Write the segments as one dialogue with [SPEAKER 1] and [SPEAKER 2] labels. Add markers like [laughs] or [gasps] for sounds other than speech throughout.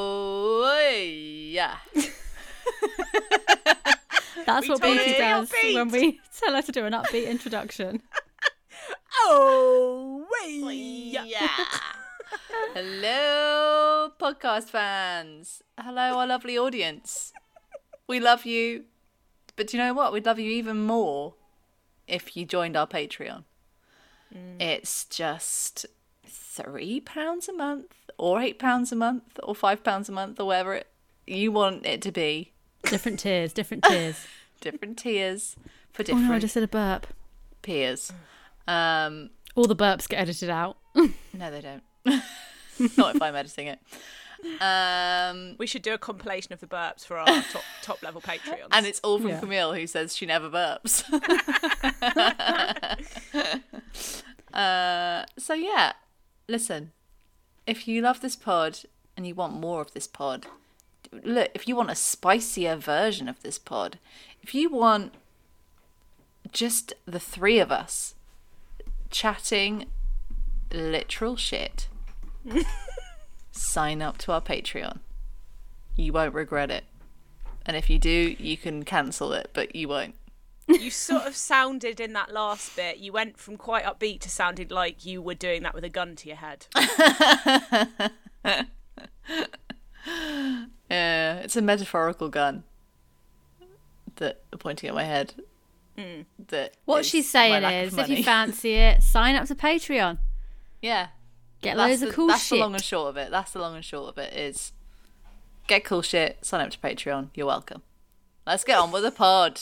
[SPEAKER 1] Oh, yeah.
[SPEAKER 2] That's
[SPEAKER 1] We
[SPEAKER 2] what
[SPEAKER 1] told her to
[SPEAKER 2] Beauty
[SPEAKER 1] be
[SPEAKER 2] does
[SPEAKER 1] upbeat.
[SPEAKER 2] when we [laughs] tell her to do an upbeat introduction.
[SPEAKER 3] Oh, wait.
[SPEAKER 2] [laughs]
[SPEAKER 1] Yeah. Hello, podcast fans. Hello, our lovely audience. We love you. But do you know what? We'd love you even more if you joined our Patreon.
[SPEAKER 2] Mm.
[SPEAKER 1] It's just three pounds a month, or eight pounds a month, or five pounds a month, or whatever it, you want it to be.
[SPEAKER 2] [laughs] Different tiers, different tiers.
[SPEAKER 1] Different tiers for
[SPEAKER 2] oh
[SPEAKER 1] different
[SPEAKER 2] no, I just did a burp.
[SPEAKER 1] peers. Um,
[SPEAKER 2] All the burps get edited out.
[SPEAKER 1] No, they don't. [laughs] Not if I'm editing it. Um,
[SPEAKER 3] We should do a compilation of the burps for our
[SPEAKER 2] [laughs]
[SPEAKER 3] top top level Patreons.
[SPEAKER 1] and it's all from
[SPEAKER 2] Yeah.
[SPEAKER 1] Camille, who says she never burps. [laughs] uh, so yeah, listen. If you love this pod and you want more of this pod, look. If you want a spicier version of this pod, if you want just the three of us chatting literal shit, sign up to our Patreon. You won't regret it. And if you do, you can cancel it, but you won't.
[SPEAKER 3] you sort of sounded in that last bit. You went from quite upbeat to sounded like you were doing that with a gun to your head.
[SPEAKER 1] Yeah, Uh, it's a metaphorical gun that pointing at my head. That
[SPEAKER 2] Mm. What
[SPEAKER 1] is
[SPEAKER 2] she's
[SPEAKER 1] my
[SPEAKER 2] saying
[SPEAKER 1] lack of
[SPEAKER 2] is, if you
[SPEAKER 1] money.
[SPEAKER 2] fancy it, sign up to Patreon.
[SPEAKER 1] [laughs] yeah,
[SPEAKER 2] Get
[SPEAKER 1] that's
[SPEAKER 2] loads
[SPEAKER 1] the,
[SPEAKER 2] of cool
[SPEAKER 1] that's
[SPEAKER 2] shit.
[SPEAKER 1] the long and short of it. That's the long and short of it is get cool shit. Sign up to Patreon. You're welcome. Let's get on with the
[SPEAKER 2] [laughs]
[SPEAKER 1] pod.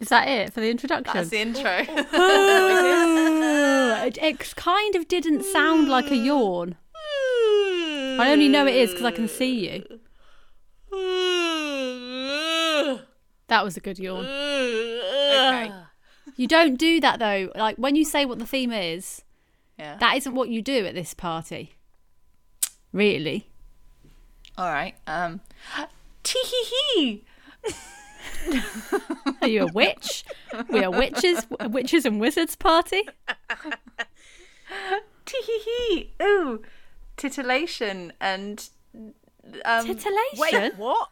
[SPEAKER 2] Is that it for the introduction?
[SPEAKER 1] That's the
[SPEAKER 2] [laughs]
[SPEAKER 1] intro.
[SPEAKER 2] Ugh, it, it kind of didn't sound like a yawn. I only know it is because I can see you. That was a good yawn.
[SPEAKER 3] Okay.
[SPEAKER 2] You don't do that though. Like when you say what the theme is,
[SPEAKER 1] Yeah.
[SPEAKER 2] that isn't what you do at this party. Really?
[SPEAKER 1] All right. Um. Tee hee hee.
[SPEAKER 2] Are you a witch? we are witches, witches and wizards party.
[SPEAKER 1] Mm. Tee hee hee. Ooh. Titillation and. Um,
[SPEAKER 2] Titillation.
[SPEAKER 3] Wait, what?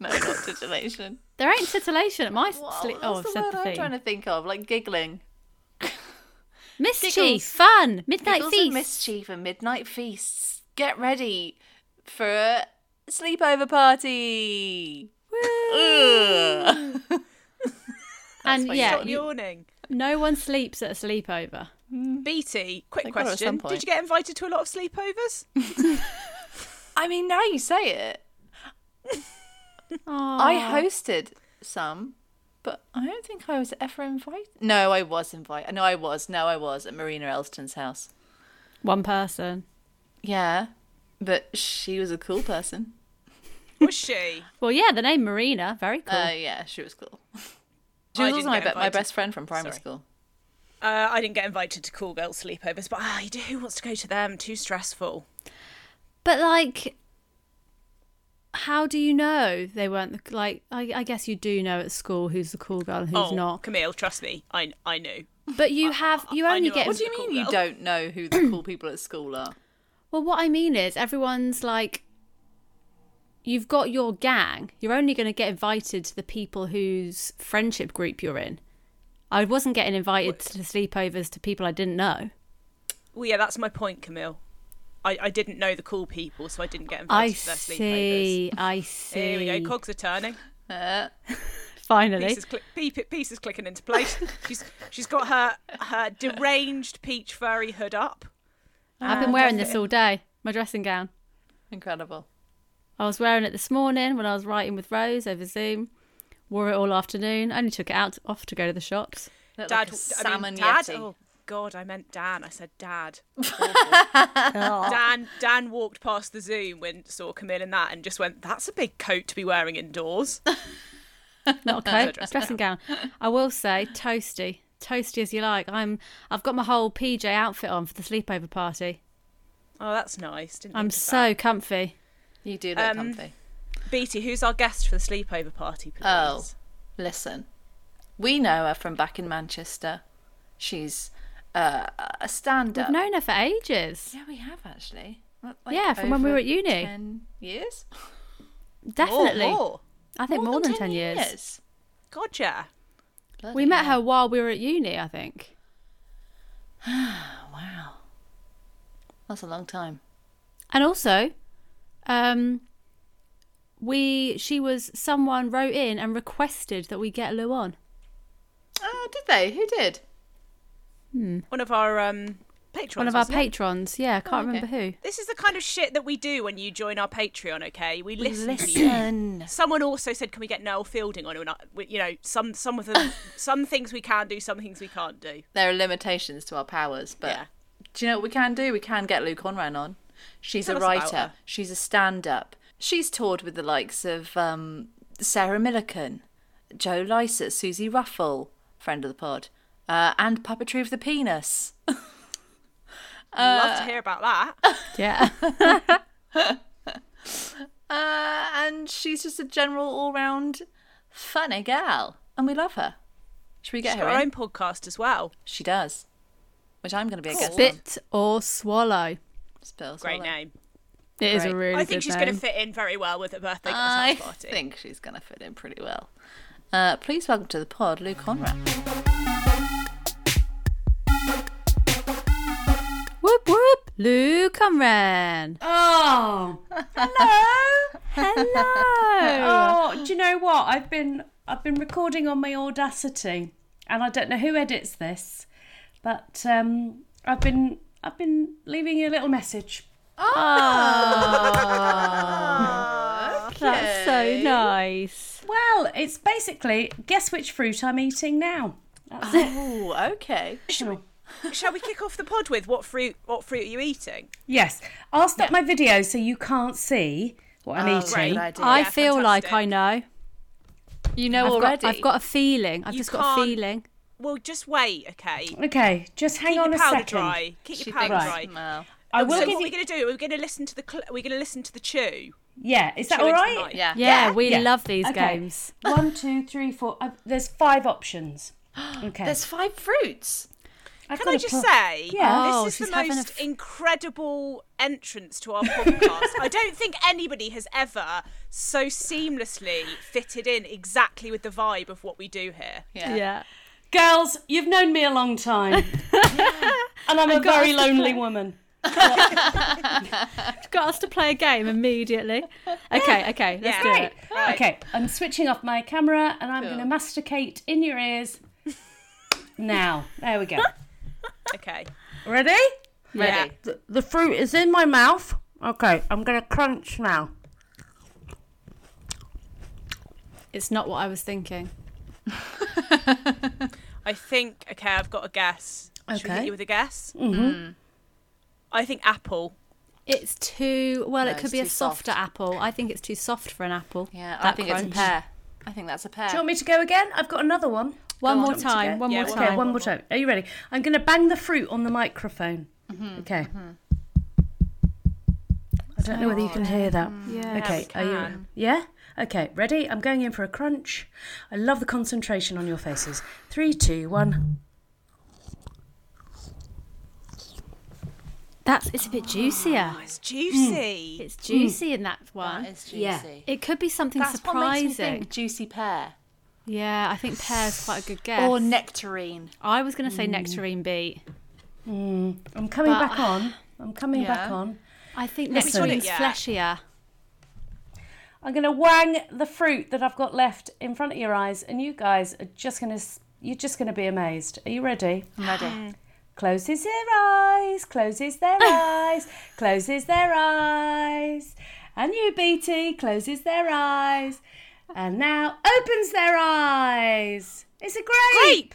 [SPEAKER 1] no, not
[SPEAKER 2] [laughs]
[SPEAKER 1] titillation.
[SPEAKER 2] There ain't titillation at my sleep.
[SPEAKER 1] What-
[SPEAKER 2] Oh, I've
[SPEAKER 1] what's
[SPEAKER 2] said
[SPEAKER 1] the word
[SPEAKER 2] the
[SPEAKER 1] I'm
[SPEAKER 2] thing.
[SPEAKER 1] trying to think of? Like giggling.
[SPEAKER 2] Mischief,
[SPEAKER 1] Giggles.
[SPEAKER 2] fun, midnight
[SPEAKER 1] Giggles
[SPEAKER 2] feast.
[SPEAKER 1] and mischief and midnight feasts. Get ready for a sleepover party. Ugh.
[SPEAKER 2] and
[SPEAKER 1] why you
[SPEAKER 2] yeah,
[SPEAKER 3] Stop
[SPEAKER 2] you,
[SPEAKER 3] yawning.
[SPEAKER 2] no one sleeps at a sleepover.
[SPEAKER 3] BT, quick
[SPEAKER 1] They got her at some
[SPEAKER 3] question.
[SPEAKER 1] point.
[SPEAKER 3] Did you get invited to a lot
[SPEAKER 2] [laughs]
[SPEAKER 3] of sleepovers?
[SPEAKER 1] I mean, now you say it. I hosted some, but I don't think I was ever invited. No, I was invited. No, I was. No, I was at Marina Elston's house.
[SPEAKER 2] One person.
[SPEAKER 1] Yeah, but she was a cool person.
[SPEAKER 3] Was she?
[SPEAKER 2] Well, yeah, the name Marina, very cool.
[SPEAKER 1] Uh, yeah, she was cool. She
[SPEAKER 3] I
[SPEAKER 1] was
[SPEAKER 3] didn't
[SPEAKER 1] also my,
[SPEAKER 3] get
[SPEAKER 1] be- my
[SPEAKER 3] invited.
[SPEAKER 1] best friend from primary
[SPEAKER 3] Sorry.
[SPEAKER 1] school.
[SPEAKER 3] Uh, I didn't get invited to cool girl sleepovers, but ah, you do. Who wants to go to them? Too stressful.
[SPEAKER 2] But like, how do you know they weren't the, like? I, I guess you do know at school who's the cool girl and who's
[SPEAKER 3] oh,
[SPEAKER 2] not.
[SPEAKER 3] Camille, trust me, I I knew.
[SPEAKER 2] But you have you
[SPEAKER 3] I
[SPEAKER 2] only
[SPEAKER 3] knew I
[SPEAKER 2] get.
[SPEAKER 1] What
[SPEAKER 3] was
[SPEAKER 1] do you
[SPEAKER 3] a cool
[SPEAKER 1] mean you
[SPEAKER 3] girl.
[SPEAKER 1] don't know who the cool people at school are?
[SPEAKER 2] Well, what I mean is everyone's like. You've got your gang. You're only going to get invited to the people whose friendship group you're in. I wasn't getting invited to sleepovers to people I didn't know.
[SPEAKER 3] Well, yeah, that's my point, Camille. I, I didn't know the cool people, so I didn't get
[SPEAKER 2] I
[SPEAKER 3] invited to their sleepovers.
[SPEAKER 2] see. I see.
[SPEAKER 3] [laughs] Here we go. Cogs are turning.
[SPEAKER 1] Uh,
[SPEAKER 2] Finally,
[SPEAKER 3] Pieces, cli- pie- pieces clicking into place. she's she's got her her deranged peach furry hood up.
[SPEAKER 2] I've been wearing this all day. My dressing gown.
[SPEAKER 1] incredible.
[SPEAKER 2] I was wearing it this morning when I was writing with Rose over Zoom. Wore it all afternoon. I only took it out off to go to the shops.
[SPEAKER 1] Looked like a
[SPEAKER 3] Dad, I
[SPEAKER 1] salmon
[SPEAKER 3] mean, Dad.
[SPEAKER 1] yeti.
[SPEAKER 3] Oh God, I meant Dan. I said Dad. Awful. Dan. Dan walked past the Zoom when saw Camille in that and just went, "That's a big coat to be wearing indoors."
[SPEAKER 2] Not a
[SPEAKER 3] That's
[SPEAKER 2] coat,
[SPEAKER 3] a dressing
[SPEAKER 2] dressing gown. I will say, toasty, toasty as you like. I'm. I've got my whole PJ outfit on for the sleepover party.
[SPEAKER 3] Oh, that's nice. Didn't
[SPEAKER 2] I'm
[SPEAKER 3] notice
[SPEAKER 2] so comfy.
[SPEAKER 1] You do look
[SPEAKER 3] Um,
[SPEAKER 1] comfy.
[SPEAKER 3] Beatty, who's our guest for the sleepover party, please?
[SPEAKER 1] Oh, listen. We know her from back in Manchester. She's uh, a stand
[SPEAKER 2] We've
[SPEAKER 1] up.
[SPEAKER 2] known her for ages.
[SPEAKER 1] yeah, we have actually. Like
[SPEAKER 2] Yeah, from when we
[SPEAKER 1] over
[SPEAKER 2] were at uni.
[SPEAKER 1] 10 years?
[SPEAKER 2] Definitely.
[SPEAKER 3] Oh, More, more.
[SPEAKER 2] I think more, than, 10, years.
[SPEAKER 3] God, yeah.
[SPEAKER 2] We met her while we were at uni, I think.
[SPEAKER 1] Wow. That's a long time.
[SPEAKER 2] And also, um, we she was someone wrote in and requested that we get Lou on.
[SPEAKER 1] Oh, did they? Who did?
[SPEAKER 3] One of our um, patrons.
[SPEAKER 2] One of our
[SPEAKER 3] wasn't it?
[SPEAKER 2] patrons. Yeah, I can't
[SPEAKER 1] Oh, okay.
[SPEAKER 2] remember who.
[SPEAKER 3] This is the kind of shit that we do when you join our Patreon. Okay, we listen. to you.
[SPEAKER 1] Listen.
[SPEAKER 3] Someone also said, "Can we get Noel Fielding on?" And I, we- you know, some some of
[SPEAKER 4] [laughs]
[SPEAKER 3] the some things we can do, some things we can't do.
[SPEAKER 1] [clears throat] There are limitations to our powers, but
[SPEAKER 3] Yeah.
[SPEAKER 1] do you know what we can do? We can get Lou Conran on. She's
[SPEAKER 3] Tell
[SPEAKER 1] a
[SPEAKER 3] us about
[SPEAKER 1] writer.
[SPEAKER 3] her.
[SPEAKER 1] She's a stand-up. She's toured with the likes of um, Sarah Millican, Joe Lycett, Susie Ruffle, friend of the pod, uh, and Puppetry of the Penis.
[SPEAKER 4] Uh,
[SPEAKER 3] Love to hear about
[SPEAKER 4] [laughs]
[SPEAKER 3] that.
[SPEAKER 2] Yeah.
[SPEAKER 1] Uh, and she's just a general all-round funny gal, and we love her. Should we get
[SPEAKER 3] She's
[SPEAKER 1] her
[SPEAKER 3] got her
[SPEAKER 1] in?
[SPEAKER 3] own podcast as well.
[SPEAKER 1] She does. Which I'm going to be a guest on.
[SPEAKER 2] Spit or swallow.
[SPEAKER 1] Spill,
[SPEAKER 3] Great
[SPEAKER 1] swallow.
[SPEAKER 3] name.
[SPEAKER 2] It is a
[SPEAKER 1] Great.
[SPEAKER 2] really
[SPEAKER 3] I think
[SPEAKER 2] good
[SPEAKER 3] she's going to
[SPEAKER 2] name.
[SPEAKER 3] fit in very well with a birthday
[SPEAKER 1] [laughs] I
[SPEAKER 3] house party.
[SPEAKER 1] think she's going to fit in pretty well. Uh, please welcome to the pod, Lou Conrad.
[SPEAKER 2] Whoop whoop. Lou Comran.
[SPEAKER 4] Oh, [laughs] hello.
[SPEAKER 2] Hello.
[SPEAKER 4] Oh, do you know what? I've been I've been recording on my Audacity, and I don't know who edits this, but um, I've been I've been leaving you a little message.
[SPEAKER 2] That's so nice.
[SPEAKER 4] Well, it's basically guess which fruit I'm eating now. That's it.
[SPEAKER 1] Oh, okay.
[SPEAKER 3] [laughs] Shall we kick off the pod with what fruit? What fruit are you eating?
[SPEAKER 4] Yes, I'll stop my video so you can't see what
[SPEAKER 3] Oh,
[SPEAKER 4] I'm eating.
[SPEAKER 1] idea.
[SPEAKER 2] I
[SPEAKER 3] Yeah,
[SPEAKER 2] feel like I
[SPEAKER 3] fantastic.
[SPEAKER 2] know.
[SPEAKER 1] You know
[SPEAKER 2] I've
[SPEAKER 1] already.
[SPEAKER 2] Got, I've got a feeling. I've
[SPEAKER 3] You
[SPEAKER 2] just got a
[SPEAKER 3] can't-
[SPEAKER 2] feeling.
[SPEAKER 3] Well, just wait. Okay.
[SPEAKER 4] Okay, just hang
[SPEAKER 3] Keep
[SPEAKER 4] on
[SPEAKER 3] your
[SPEAKER 4] a
[SPEAKER 3] powder
[SPEAKER 4] second.
[SPEAKER 3] dry. Keep
[SPEAKER 1] She
[SPEAKER 3] your powder
[SPEAKER 1] thinks- uh,
[SPEAKER 3] dry.
[SPEAKER 1] well,
[SPEAKER 4] I
[SPEAKER 3] So
[SPEAKER 4] will
[SPEAKER 3] what
[SPEAKER 4] give
[SPEAKER 3] we're
[SPEAKER 4] you.
[SPEAKER 3] going to do? We're going to listen to the. Cl- we're going to listen to the chew.
[SPEAKER 4] Yeah, is that
[SPEAKER 3] Chew
[SPEAKER 4] all
[SPEAKER 3] into the
[SPEAKER 4] right?
[SPEAKER 3] night.
[SPEAKER 1] yeah.
[SPEAKER 2] Yeah, we
[SPEAKER 4] Yeah.
[SPEAKER 2] love these
[SPEAKER 4] Okay.
[SPEAKER 2] games.
[SPEAKER 4] One, two, three, four. Uh, there's
[SPEAKER 3] [gasps]
[SPEAKER 4] five options. Okay.
[SPEAKER 1] There's five fruits.
[SPEAKER 4] I've
[SPEAKER 3] Can
[SPEAKER 4] got
[SPEAKER 3] I
[SPEAKER 4] a
[SPEAKER 3] just
[SPEAKER 4] pl-
[SPEAKER 3] say,
[SPEAKER 4] Yeah.
[SPEAKER 2] Oh,
[SPEAKER 3] this is
[SPEAKER 2] she's
[SPEAKER 3] the
[SPEAKER 2] having a
[SPEAKER 3] most
[SPEAKER 2] f-
[SPEAKER 3] incredible entrance to our podcast. I don't think anybody has ever so seamlessly fitted in exactly with the vibe of what we do here.
[SPEAKER 1] Yeah.
[SPEAKER 4] Girls, you've known me a long time. and I'm a
[SPEAKER 2] got
[SPEAKER 4] very
[SPEAKER 2] us to
[SPEAKER 4] lonely
[SPEAKER 2] play.
[SPEAKER 4] woman.
[SPEAKER 2] Got us to play a game immediately. [laughs] Okay, okay, let's
[SPEAKER 3] Yeah.
[SPEAKER 2] do
[SPEAKER 4] Right.
[SPEAKER 2] it.
[SPEAKER 4] Okay, I'm switching off my camera and I'm
[SPEAKER 1] Cool.
[SPEAKER 4] going to masticate in your ears now. There we go.
[SPEAKER 3] Okay.
[SPEAKER 4] Ready?
[SPEAKER 1] Ready.
[SPEAKER 4] The, the fruit is in my mouth. Okay, I'm going to crunch now.
[SPEAKER 2] It's not what I was thinking.
[SPEAKER 3] I think, okay, I've got a guess. Should we
[SPEAKER 4] Okay.
[SPEAKER 3] hit you with a guess? Mm-hmm. I think apple.
[SPEAKER 2] It's too well.
[SPEAKER 1] No,
[SPEAKER 2] it could
[SPEAKER 1] it's
[SPEAKER 2] be a
[SPEAKER 1] too soft.
[SPEAKER 2] softer apple. I think it's too soft for an apple.
[SPEAKER 1] Yeah, I
[SPEAKER 2] That
[SPEAKER 1] think
[SPEAKER 2] crunch.
[SPEAKER 1] it's a pear. I think that's a pear.
[SPEAKER 4] Do you want me to go again? I've got another one.
[SPEAKER 2] One
[SPEAKER 4] Go
[SPEAKER 2] more
[SPEAKER 4] on. Do you want me to
[SPEAKER 2] time,
[SPEAKER 4] go?
[SPEAKER 2] one
[SPEAKER 3] Yeah,
[SPEAKER 2] more
[SPEAKER 3] we'll
[SPEAKER 4] Okay,
[SPEAKER 2] time.
[SPEAKER 4] one more time. Are you ready? I'm going to bang the fruit on the microphone. Okay. I don't know whether you can hear that.
[SPEAKER 2] Yeah.
[SPEAKER 4] Okay.
[SPEAKER 3] we
[SPEAKER 4] Are you?
[SPEAKER 3] can.
[SPEAKER 4] Yeah. Okay. Ready? I'm going in for a crunch. I love the concentration on your faces. Three, two, one.
[SPEAKER 2] That's it's a bit juicier.
[SPEAKER 3] It's juicy.
[SPEAKER 2] It's juicy in that
[SPEAKER 1] Oh,
[SPEAKER 2] one.
[SPEAKER 1] That is juicy.
[SPEAKER 2] It could be something
[SPEAKER 1] That's what
[SPEAKER 2] surprising.
[SPEAKER 1] makes me think juicy pear
[SPEAKER 2] Yeah, I think pear's quite a good guess.
[SPEAKER 1] or nectarine.
[SPEAKER 2] I was going to say nectarine beet.
[SPEAKER 4] I'm coming
[SPEAKER 2] But-
[SPEAKER 4] back on. I'm coming back
[SPEAKER 1] Yeah.
[SPEAKER 4] on.
[SPEAKER 2] I think
[SPEAKER 4] Listen.
[SPEAKER 2] nectarine's
[SPEAKER 3] Yeah.
[SPEAKER 2] fleshier.
[SPEAKER 4] I'm going to wang the fruit that I've got left in front of your eyes, and you guys are just going to. You're just going to be amazed. Are you ready?
[SPEAKER 1] I'm ready.
[SPEAKER 4] Closes their eyes, closes their eyes, closes their eyes. And you, BT, closes their eyes. And now opens their eyes. It's a grape.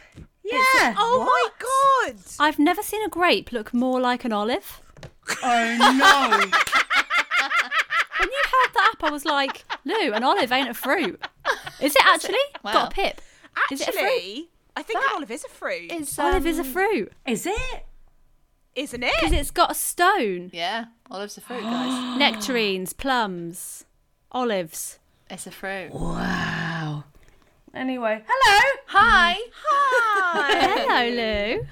[SPEAKER 3] Grape.
[SPEAKER 2] Mm.
[SPEAKER 4] Yeah.
[SPEAKER 3] Oh my god.
[SPEAKER 2] I've never seen a grape look more like an olive.
[SPEAKER 4] oh no.
[SPEAKER 2] When you held that up, I was like, Lou, an olive ain't a fruit. Is it actually?
[SPEAKER 1] Wow.
[SPEAKER 2] Got a pip. Is it a fruit?
[SPEAKER 3] Actually, I think an olive is a fruit, is,
[SPEAKER 1] It's,
[SPEAKER 2] olive is a fruit
[SPEAKER 4] Is it?
[SPEAKER 3] isn't
[SPEAKER 2] because
[SPEAKER 3] it?
[SPEAKER 2] it's got a stone.
[SPEAKER 1] [gasps]
[SPEAKER 2] [gasps]
[SPEAKER 1] Yeah, olives are fruit, guys.
[SPEAKER 2] Nectarines, plums, olives.
[SPEAKER 1] It's a fruit.
[SPEAKER 2] Wow.
[SPEAKER 4] Anyway, hello.
[SPEAKER 1] [laughs] Hi.
[SPEAKER 2] Hello, Lou.
[SPEAKER 1] We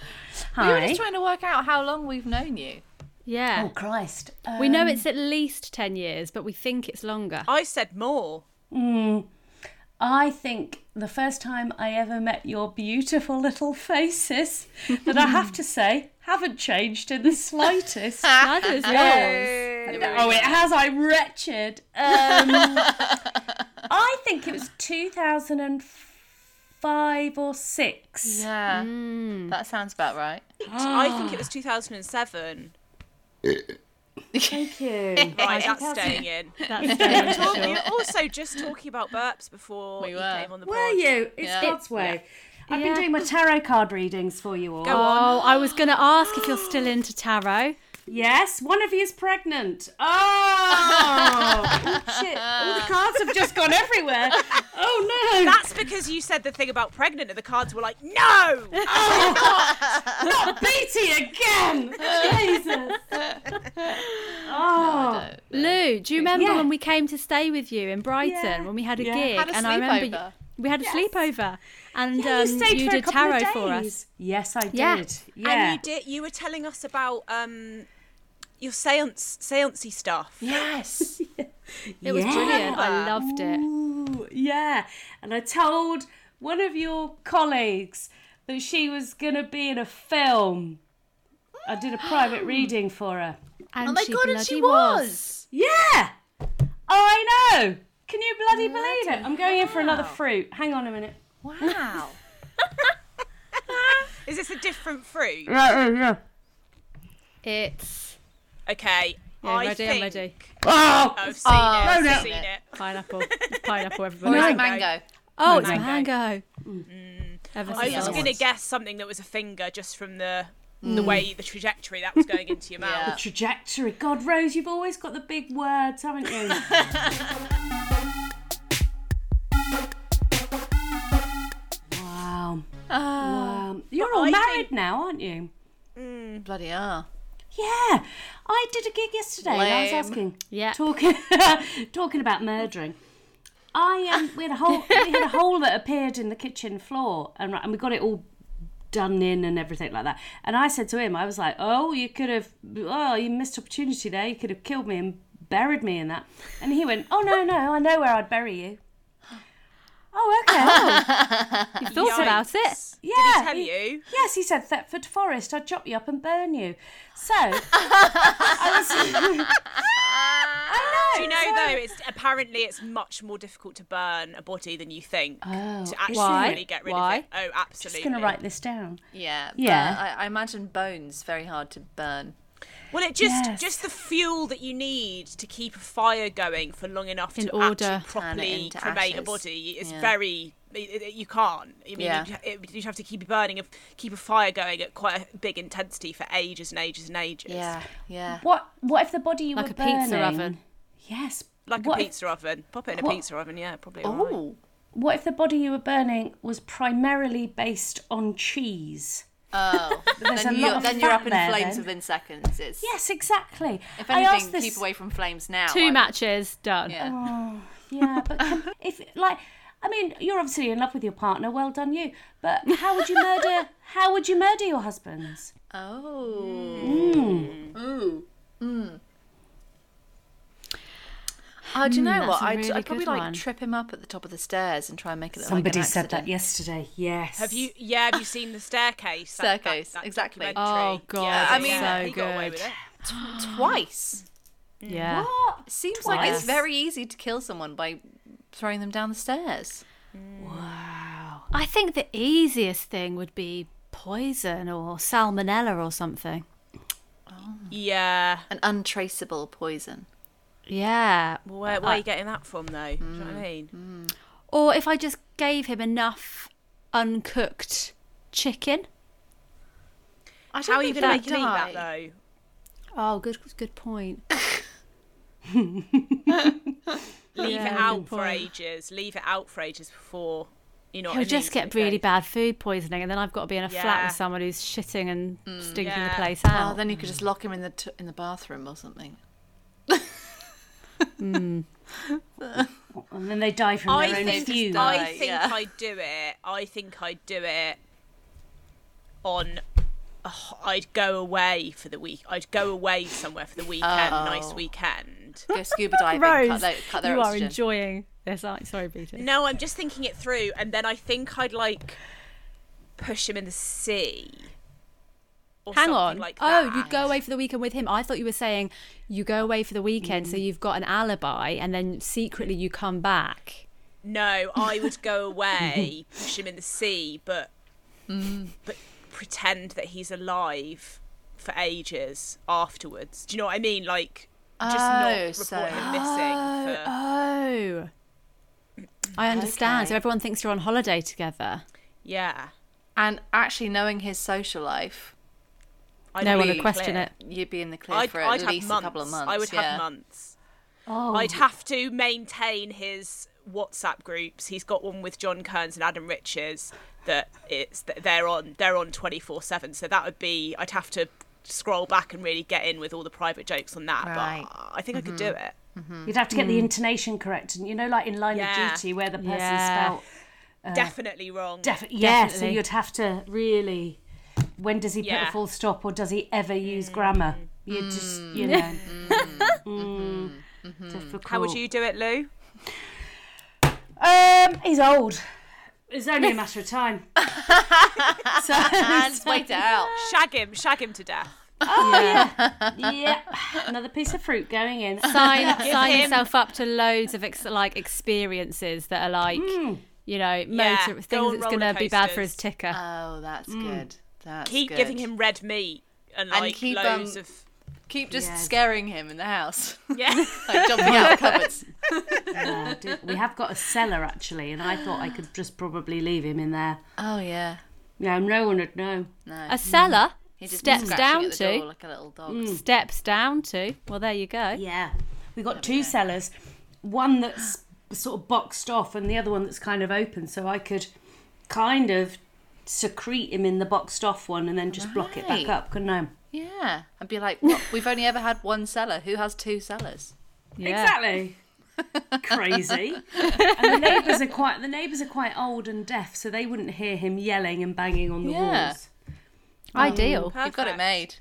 [SPEAKER 4] Hi.
[SPEAKER 1] were just trying to work out how long we've known you.
[SPEAKER 2] Yeah.
[SPEAKER 4] oh Christ. Uh,
[SPEAKER 2] we know it's at least 10 years, but we think it's
[SPEAKER 3] [laughs]
[SPEAKER 2] longer.
[SPEAKER 3] I said more.
[SPEAKER 4] I think the first time I ever met your beautiful little faces, that I have to say haven't changed in the slightest.
[SPEAKER 2] Neither is yours.
[SPEAKER 4] Oh, it has. I'm wretched. Um, I think it was 2005 or six.
[SPEAKER 1] Yeah.
[SPEAKER 4] Mm.
[SPEAKER 1] That sounds about right.
[SPEAKER 3] I think
[SPEAKER 2] Ah.
[SPEAKER 3] it was 2007.
[SPEAKER 4] Thank you.
[SPEAKER 3] Right, that's staying in.
[SPEAKER 2] That's very
[SPEAKER 3] [laughs] Talk-
[SPEAKER 2] [laughs] sure.
[SPEAKER 3] you were also just talking about burps before
[SPEAKER 1] We
[SPEAKER 3] you
[SPEAKER 1] were.
[SPEAKER 3] came on the pod.
[SPEAKER 4] Were you? It's
[SPEAKER 1] Yeah.
[SPEAKER 4] God's way. I've
[SPEAKER 2] Yeah.
[SPEAKER 4] been doing my tarot card readings for you all.
[SPEAKER 3] Go on.
[SPEAKER 2] Oh, I was going to ask if you're still into tarot.
[SPEAKER 4] Yes, one of you is pregnant. Oh, shit! All the cards have just gone everywhere. Oh no!
[SPEAKER 3] That's because you said the thing about pregnant, and the cards were like, "No,
[SPEAKER 4] not Beatty again. Jesus. Oh.
[SPEAKER 2] Lou, do you remember
[SPEAKER 4] Yeah.
[SPEAKER 2] when we came to stay with you in Brighton
[SPEAKER 4] Yeah.
[SPEAKER 2] when we had a
[SPEAKER 4] Yeah.
[SPEAKER 2] gig?
[SPEAKER 1] Had a
[SPEAKER 2] and I remember you-
[SPEAKER 1] sleepover.
[SPEAKER 2] we had a sleepover, and
[SPEAKER 4] Yeah,
[SPEAKER 2] um, you,
[SPEAKER 4] for a
[SPEAKER 2] did
[SPEAKER 4] couple of
[SPEAKER 2] tarot for us.
[SPEAKER 4] days. Yes, I did.
[SPEAKER 2] Yeah.
[SPEAKER 4] Yeah.
[SPEAKER 3] And you did. You were telling us about um, your seance, seancey stuff.
[SPEAKER 4] [laughs]
[SPEAKER 1] Yes.
[SPEAKER 2] It was
[SPEAKER 4] Yeah.
[SPEAKER 2] brilliant. I
[SPEAKER 3] Remember.
[SPEAKER 2] loved
[SPEAKER 4] Oh
[SPEAKER 2] it.
[SPEAKER 4] Ooh, yeah. And I told one of your colleagues that she was going to be in a film. I did
[SPEAKER 2] [gasps]
[SPEAKER 4] a private reading for her.
[SPEAKER 2] And
[SPEAKER 1] oh my
[SPEAKER 2] she
[SPEAKER 1] god,
[SPEAKER 2] bloody
[SPEAKER 1] and she was.
[SPEAKER 4] Yeah. Oh, I know. Can you bloody believe it? I'm going in for another fruit. Hang on a minute. [laughs]
[SPEAKER 1] Wow.
[SPEAKER 3] Is this a different fruit?
[SPEAKER 4] Right, right, right.
[SPEAKER 2] It's
[SPEAKER 3] Okay.
[SPEAKER 2] yeah,
[SPEAKER 3] I
[SPEAKER 2] ready.
[SPEAKER 3] think
[SPEAKER 2] I'm ready.
[SPEAKER 4] Oh,
[SPEAKER 3] I've seen it. I've
[SPEAKER 1] no.
[SPEAKER 3] seen it.
[SPEAKER 2] Pineapple. It's pineapple.
[SPEAKER 1] Or
[SPEAKER 2] Everybody.
[SPEAKER 1] is
[SPEAKER 4] No.
[SPEAKER 1] it mango?
[SPEAKER 2] Oh, it's mango.
[SPEAKER 3] Mango.
[SPEAKER 2] Ever
[SPEAKER 3] I
[SPEAKER 2] since
[SPEAKER 3] was
[SPEAKER 2] I
[SPEAKER 3] going to guess something that was a finger just from the the way the trajectory that was going
[SPEAKER 2] [laughs]
[SPEAKER 3] into your mouth.
[SPEAKER 1] Yeah.
[SPEAKER 4] trajectory. God, Rose, you've always got the big words,
[SPEAKER 3] [laughs]
[SPEAKER 4] haven't you? wow. wow. You're all
[SPEAKER 3] I
[SPEAKER 4] married
[SPEAKER 3] think-
[SPEAKER 4] now, aren't you?
[SPEAKER 1] Bloody ah.
[SPEAKER 4] Yeah. I did a gig yesterday. and I was
[SPEAKER 1] Lame.
[SPEAKER 4] asking,
[SPEAKER 2] Yeah.
[SPEAKER 4] talking, [laughs] talking about murdering. I um, we had a hole. we had a hole that appeared in the kitchen floor, and and we got it all done in and everything like that. And I said to him, I was like, "Oh, you could have. Oh, you missed opportunity there. You could have killed me and buried me in that." And he went, "Oh no, no, I know where I'd bury you." Oh, okay. oh.
[SPEAKER 2] You thought about it.
[SPEAKER 4] Yeah.
[SPEAKER 3] Did he tell you?
[SPEAKER 4] Yes, he said Thetford Forest. I'd chop you up and burn you. So [laughs] I was. I know.
[SPEAKER 3] Do you know
[SPEAKER 4] so-
[SPEAKER 3] though? It's apparently it's much more difficult to burn a body than you think
[SPEAKER 4] Oh,
[SPEAKER 3] to actually
[SPEAKER 2] Why?
[SPEAKER 3] really get rid
[SPEAKER 2] Why?
[SPEAKER 3] of it. Oh, absolutely.
[SPEAKER 4] just going to write this down.
[SPEAKER 1] Yeah.
[SPEAKER 4] Yeah.
[SPEAKER 1] but I, I imagine bones very hard to burn.
[SPEAKER 3] Well, it just
[SPEAKER 4] Yes.
[SPEAKER 3] just the fuel that you need to keep a fire going for long enough
[SPEAKER 2] In
[SPEAKER 3] to
[SPEAKER 2] order.
[SPEAKER 3] actually properly
[SPEAKER 1] into
[SPEAKER 3] cremate a
[SPEAKER 1] ashes.
[SPEAKER 3] body is
[SPEAKER 1] Yeah.
[SPEAKER 3] very. It, it- you can't. I mean,
[SPEAKER 1] Yeah.
[SPEAKER 3] you'd, it, you'd have to keep burning, a, keep a fire going at quite a big intensity for ages and ages and ages.
[SPEAKER 1] Yeah.
[SPEAKER 4] What What if the body you
[SPEAKER 2] Like
[SPEAKER 4] were
[SPEAKER 2] a pizza
[SPEAKER 4] burning-
[SPEAKER 2] oven.
[SPEAKER 4] Yes.
[SPEAKER 3] Like
[SPEAKER 4] what
[SPEAKER 3] a
[SPEAKER 4] if-
[SPEAKER 3] pizza oven. Pop it in a
[SPEAKER 4] What?
[SPEAKER 3] pizza oven, yeah, probably. alright.
[SPEAKER 1] Oh.
[SPEAKER 4] what if the body you were burning was primarily based on cheese?
[SPEAKER 1] Oh.
[SPEAKER 4] There's
[SPEAKER 1] then
[SPEAKER 4] a
[SPEAKER 1] you're,
[SPEAKER 4] lot of
[SPEAKER 1] then you're
[SPEAKER 4] fat
[SPEAKER 1] up in
[SPEAKER 4] there,
[SPEAKER 1] flames
[SPEAKER 4] then.
[SPEAKER 1] within seconds. It's,
[SPEAKER 4] Yes, exactly.
[SPEAKER 1] If
[SPEAKER 4] I
[SPEAKER 1] anything,
[SPEAKER 4] asked this, Oh,
[SPEAKER 1] keep
[SPEAKER 4] [laughs]
[SPEAKER 1] away from flames now.
[SPEAKER 2] Two
[SPEAKER 1] I-
[SPEAKER 2] matches done.
[SPEAKER 1] Yeah.
[SPEAKER 4] Yeah, but can- if like, I mean, you're obviously in love with your partner. Well done, you. But how would you murder? how would you murder your husbands?
[SPEAKER 3] Mm.
[SPEAKER 1] Oh. Mm. Ooh.
[SPEAKER 2] Hmm,
[SPEAKER 1] Mm. Oh, do you know
[SPEAKER 2] that's
[SPEAKER 1] what?
[SPEAKER 2] a
[SPEAKER 1] I'd,
[SPEAKER 2] really
[SPEAKER 1] I'd probably
[SPEAKER 2] good
[SPEAKER 1] like
[SPEAKER 2] one.
[SPEAKER 1] trip him up at the top of the stairs and try and make it look
[SPEAKER 4] Somebody
[SPEAKER 1] like an
[SPEAKER 4] said
[SPEAKER 1] accident.
[SPEAKER 4] that yesterday. Yes.
[SPEAKER 3] Have you? Yeah, have you seen the staircase? That- that-
[SPEAKER 1] Staircase,
[SPEAKER 3] that
[SPEAKER 1] exactly.
[SPEAKER 3] documentary?
[SPEAKER 2] Oh, God,
[SPEAKER 3] Yeah,
[SPEAKER 1] it's
[SPEAKER 3] yeah,
[SPEAKER 2] so
[SPEAKER 3] he got away
[SPEAKER 2] good.
[SPEAKER 3] with it.
[SPEAKER 1] Twice.
[SPEAKER 2] Yeah.
[SPEAKER 1] It seems like it's
[SPEAKER 4] Twice.
[SPEAKER 1] very easy to kill someone by throwing them down the stairs.
[SPEAKER 2] I think the easiest thing would be poison or salmonella or something.
[SPEAKER 3] Yeah.
[SPEAKER 1] An untraceable poison.
[SPEAKER 2] Yeah.
[SPEAKER 3] Well, where, where are you getting that from, though? Do you know
[SPEAKER 1] Mm.
[SPEAKER 3] what I mean?
[SPEAKER 2] Or if I just gave him enough uncooked chicken.
[SPEAKER 1] I don't
[SPEAKER 3] How are you
[SPEAKER 1] think
[SPEAKER 3] going to
[SPEAKER 1] they'd
[SPEAKER 3] make him eat that,
[SPEAKER 1] die.
[SPEAKER 3] though?
[SPEAKER 2] Oh, good good point.
[SPEAKER 3] Leave
[SPEAKER 2] Yeah,
[SPEAKER 3] it
[SPEAKER 2] good
[SPEAKER 3] out for
[SPEAKER 2] point.
[SPEAKER 3] ages. Leave it out for ages before, you know. what
[SPEAKER 2] He'll
[SPEAKER 3] I
[SPEAKER 2] just
[SPEAKER 3] mean?
[SPEAKER 2] get really bad food poisoning, and then I've got to be in a flat
[SPEAKER 3] Yeah.
[SPEAKER 2] with someone who's shitting and stinking the
[SPEAKER 3] yeah.
[SPEAKER 2] place
[SPEAKER 1] Oh,
[SPEAKER 2] out.
[SPEAKER 1] then you could just lock him in the t- in the bathroom or something.
[SPEAKER 4] And then they die from
[SPEAKER 3] I
[SPEAKER 4] their own
[SPEAKER 3] think
[SPEAKER 4] fumes.
[SPEAKER 3] I
[SPEAKER 1] Right,
[SPEAKER 3] think
[SPEAKER 1] yeah.
[SPEAKER 3] I do it. I think I do it on. oh, I'd go away for the week. I'd go away somewhere for the weekend.
[SPEAKER 1] Oh.
[SPEAKER 3] Nice weekend.
[SPEAKER 2] [laughs]
[SPEAKER 1] Go scuba diving. cut
[SPEAKER 2] Rose,
[SPEAKER 1] their, cut their
[SPEAKER 2] you are
[SPEAKER 1] oxygen.
[SPEAKER 2] enjoying this. Like, sorry, Peter.
[SPEAKER 3] No, I'm just thinking it through, and then I think I'd like push him in the sea. Or
[SPEAKER 2] Hang
[SPEAKER 3] something
[SPEAKER 2] on.
[SPEAKER 3] Like
[SPEAKER 2] oh,
[SPEAKER 3] that.
[SPEAKER 2] you'd go away for the weekend with him. I thought you were saying you go away for the weekend, so you've got an alibi, and then secretly you come back.
[SPEAKER 3] No, I would go away, [laughs] push him in the sea, but
[SPEAKER 1] Hmm.
[SPEAKER 3] but pretend that he's alive for ages afterwards. Do you know what I mean? Like just not
[SPEAKER 1] Oh,
[SPEAKER 3] report
[SPEAKER 1] so-
[SPEAKER 3] him missing.
[SPEAKER 2] Oh.
[SPEAKER 3] For,
[SPEAKER 2] I understand.
[SPEAKER 4] Okay.
[SPEAKER 2] So everyone thinks you're on holiday together.
[SPEAKER 3] yeah,
[SPEAKER 1] And actually knowing his social life,
[SPEAKER 3] I'd
[SPEAKER 2] No one
[SPEAKER 3] be
[SPEAKER 2] would question
[SPEAKER 3] clear.
[SPEAKER 2] it.
[SPEAKER 1] you'd be in the clear
[SPEAKER 3] I'd,
[SPEAKER 1] for
[SPEAKER 3] I'd
[SPEAKER 1] at
[SPEAKER 3] have
[SPEAKER 1] least
[SPEAKER 3] months.
[SPEAKER 1] a couple of months.
[SPEAKER 3] I would
[SPEAKER 1] yeah.
[SPEAKER 3] have months.
[SPEAKER 4] oh,
[SPEAKER 3] I'd have to maintain his WhatsApp groups. He's got one with John Kearns and Adam Riches that it's that they're on they're on twenty four seven. So that would be I'd have to scroll back and really get in with all the private jokes on that.
[SPEAKER 1] Right.
[SPEAKER 3] But I think I could do it.
[SPEAKER 4] you'd have to get the intonation correct, and you know, like in Line
[SPEAKER 3] Yeah.
[SPEAKER 4] of Duty, where the person
[SPEAKER 2] Yeah.
[SPEAKER 4] spelt
[SPEAKER 3] Definitely wrong.
[SPEAKER 4] Defi- yeah, so
[SPEAKER 2] Definitely.
[SPEAKER 4] you'd have to really. When does he put
[SPEAKER 3] Yeah.
[SPEAKER 4] a full stop, or does he ever use grammar? You just, you know. Mm. Difficult.
[SPEAKER 3] Mm. How would you do it, Lou?
[SPEAKER 4] Um, he's old. It's only a matter of time.
[SPEAKER 3] [laughs]
[SPEAKER 4] so,
[SPEAKER 2] [laughs]
[SPEAKER 1] And wait it out.
[SPEAKER 3] Shag him, shag him to death.
[SPEAKER 4] yeah, another piece of fruit going
[SPEAKER 1] [laughs]
[SPEAKER 4] in.
[SPEAKER 2] Sign, sign
[SPEAKER 3] him-
[SPEAKER 2] yourself up to loads of ex- like experiences that are like,
[SPEAKER 1] Hmm.
[SPEAKER 2] you know, motor
[SPEAKER 3] Yeah, go
[SPEAKER 2] things
[SPEAKER 3] on
[SPEAKER 2] that's going to
[SPEAKER 3] roller
[SPEAKER 2] be bad for
[SPEAKER 3] coasters.
[SPEAKER 2] his ticker.
[SPEAKER 1] Oh, that's good. That's
[SPEAKER 3] Keep
[SPEAKER 1] good.
[SPEAKER 3] giving him red meat and
[SPEAKER 1] And
[SPEAKER 3] like
[SPEAKER 1] keep,
[SPEAKER 3] loads
[SPEAKER 1] um,
[SPEAKER 3] of
[SPEAKER 1] Keep just
[SPEAKER 4] Yes.
[SPEAKER 1] scaring him in the house, [laughs]
[SPEAKER 3] yeah.
[SPEAKER 1] like jumping out of cupboards.
[SPEAKER 4] Yeah, I Uh, do- we have got a cellar actually, and I thought I could just probably leave him in there.
[SPEAKER 1] Oh yeah.
[SPEAKER 4] No, no one would know.
[SPEAKER 1] No.
[SPEAKER 2] A cellar
[SPEAKER 1] He just be
[SPEAKER 2] steps
[SPEAKER 1] scratching
[SPEAKER 2] down
[SPEAKER 1] at the
[SPEAKER 2] to Mm.
[SPEAKER 1] door like hmm. a little dog.
[SPEAKER 2] steps down to. Well, there you go.
[SPEAKER 4] Yeah, we got two cellars, one that's sort of boxed off, and the other one that's kind of open. So I could kind of secrete him in the boxed off one, and then just block it
[SPEAKER 1] Right.
[SPEAKER 4] back up, couldn't I?
[SPEAKER 1] Yeah, and be
[SPEAKER 2] [laughs]
[SPEAKER 1] like, what? we've only ever had one cellar. Who has two cellars?
[SPEAKER 2] Yeah.
[SPEAKER 4] Exactly. Crazy. and the neighbours are quite the neighbours are quite old and deaf, so they wouldn't hear him yelling and banging on the
[SPEAKER 1] Yeah.
[SPEAKER 4] walls.
[SPEAKER 2] Ideal.
[SPEAKER 1] You've got it
[SPEAKER 3] Perfect.
[SPEAKER 1] made.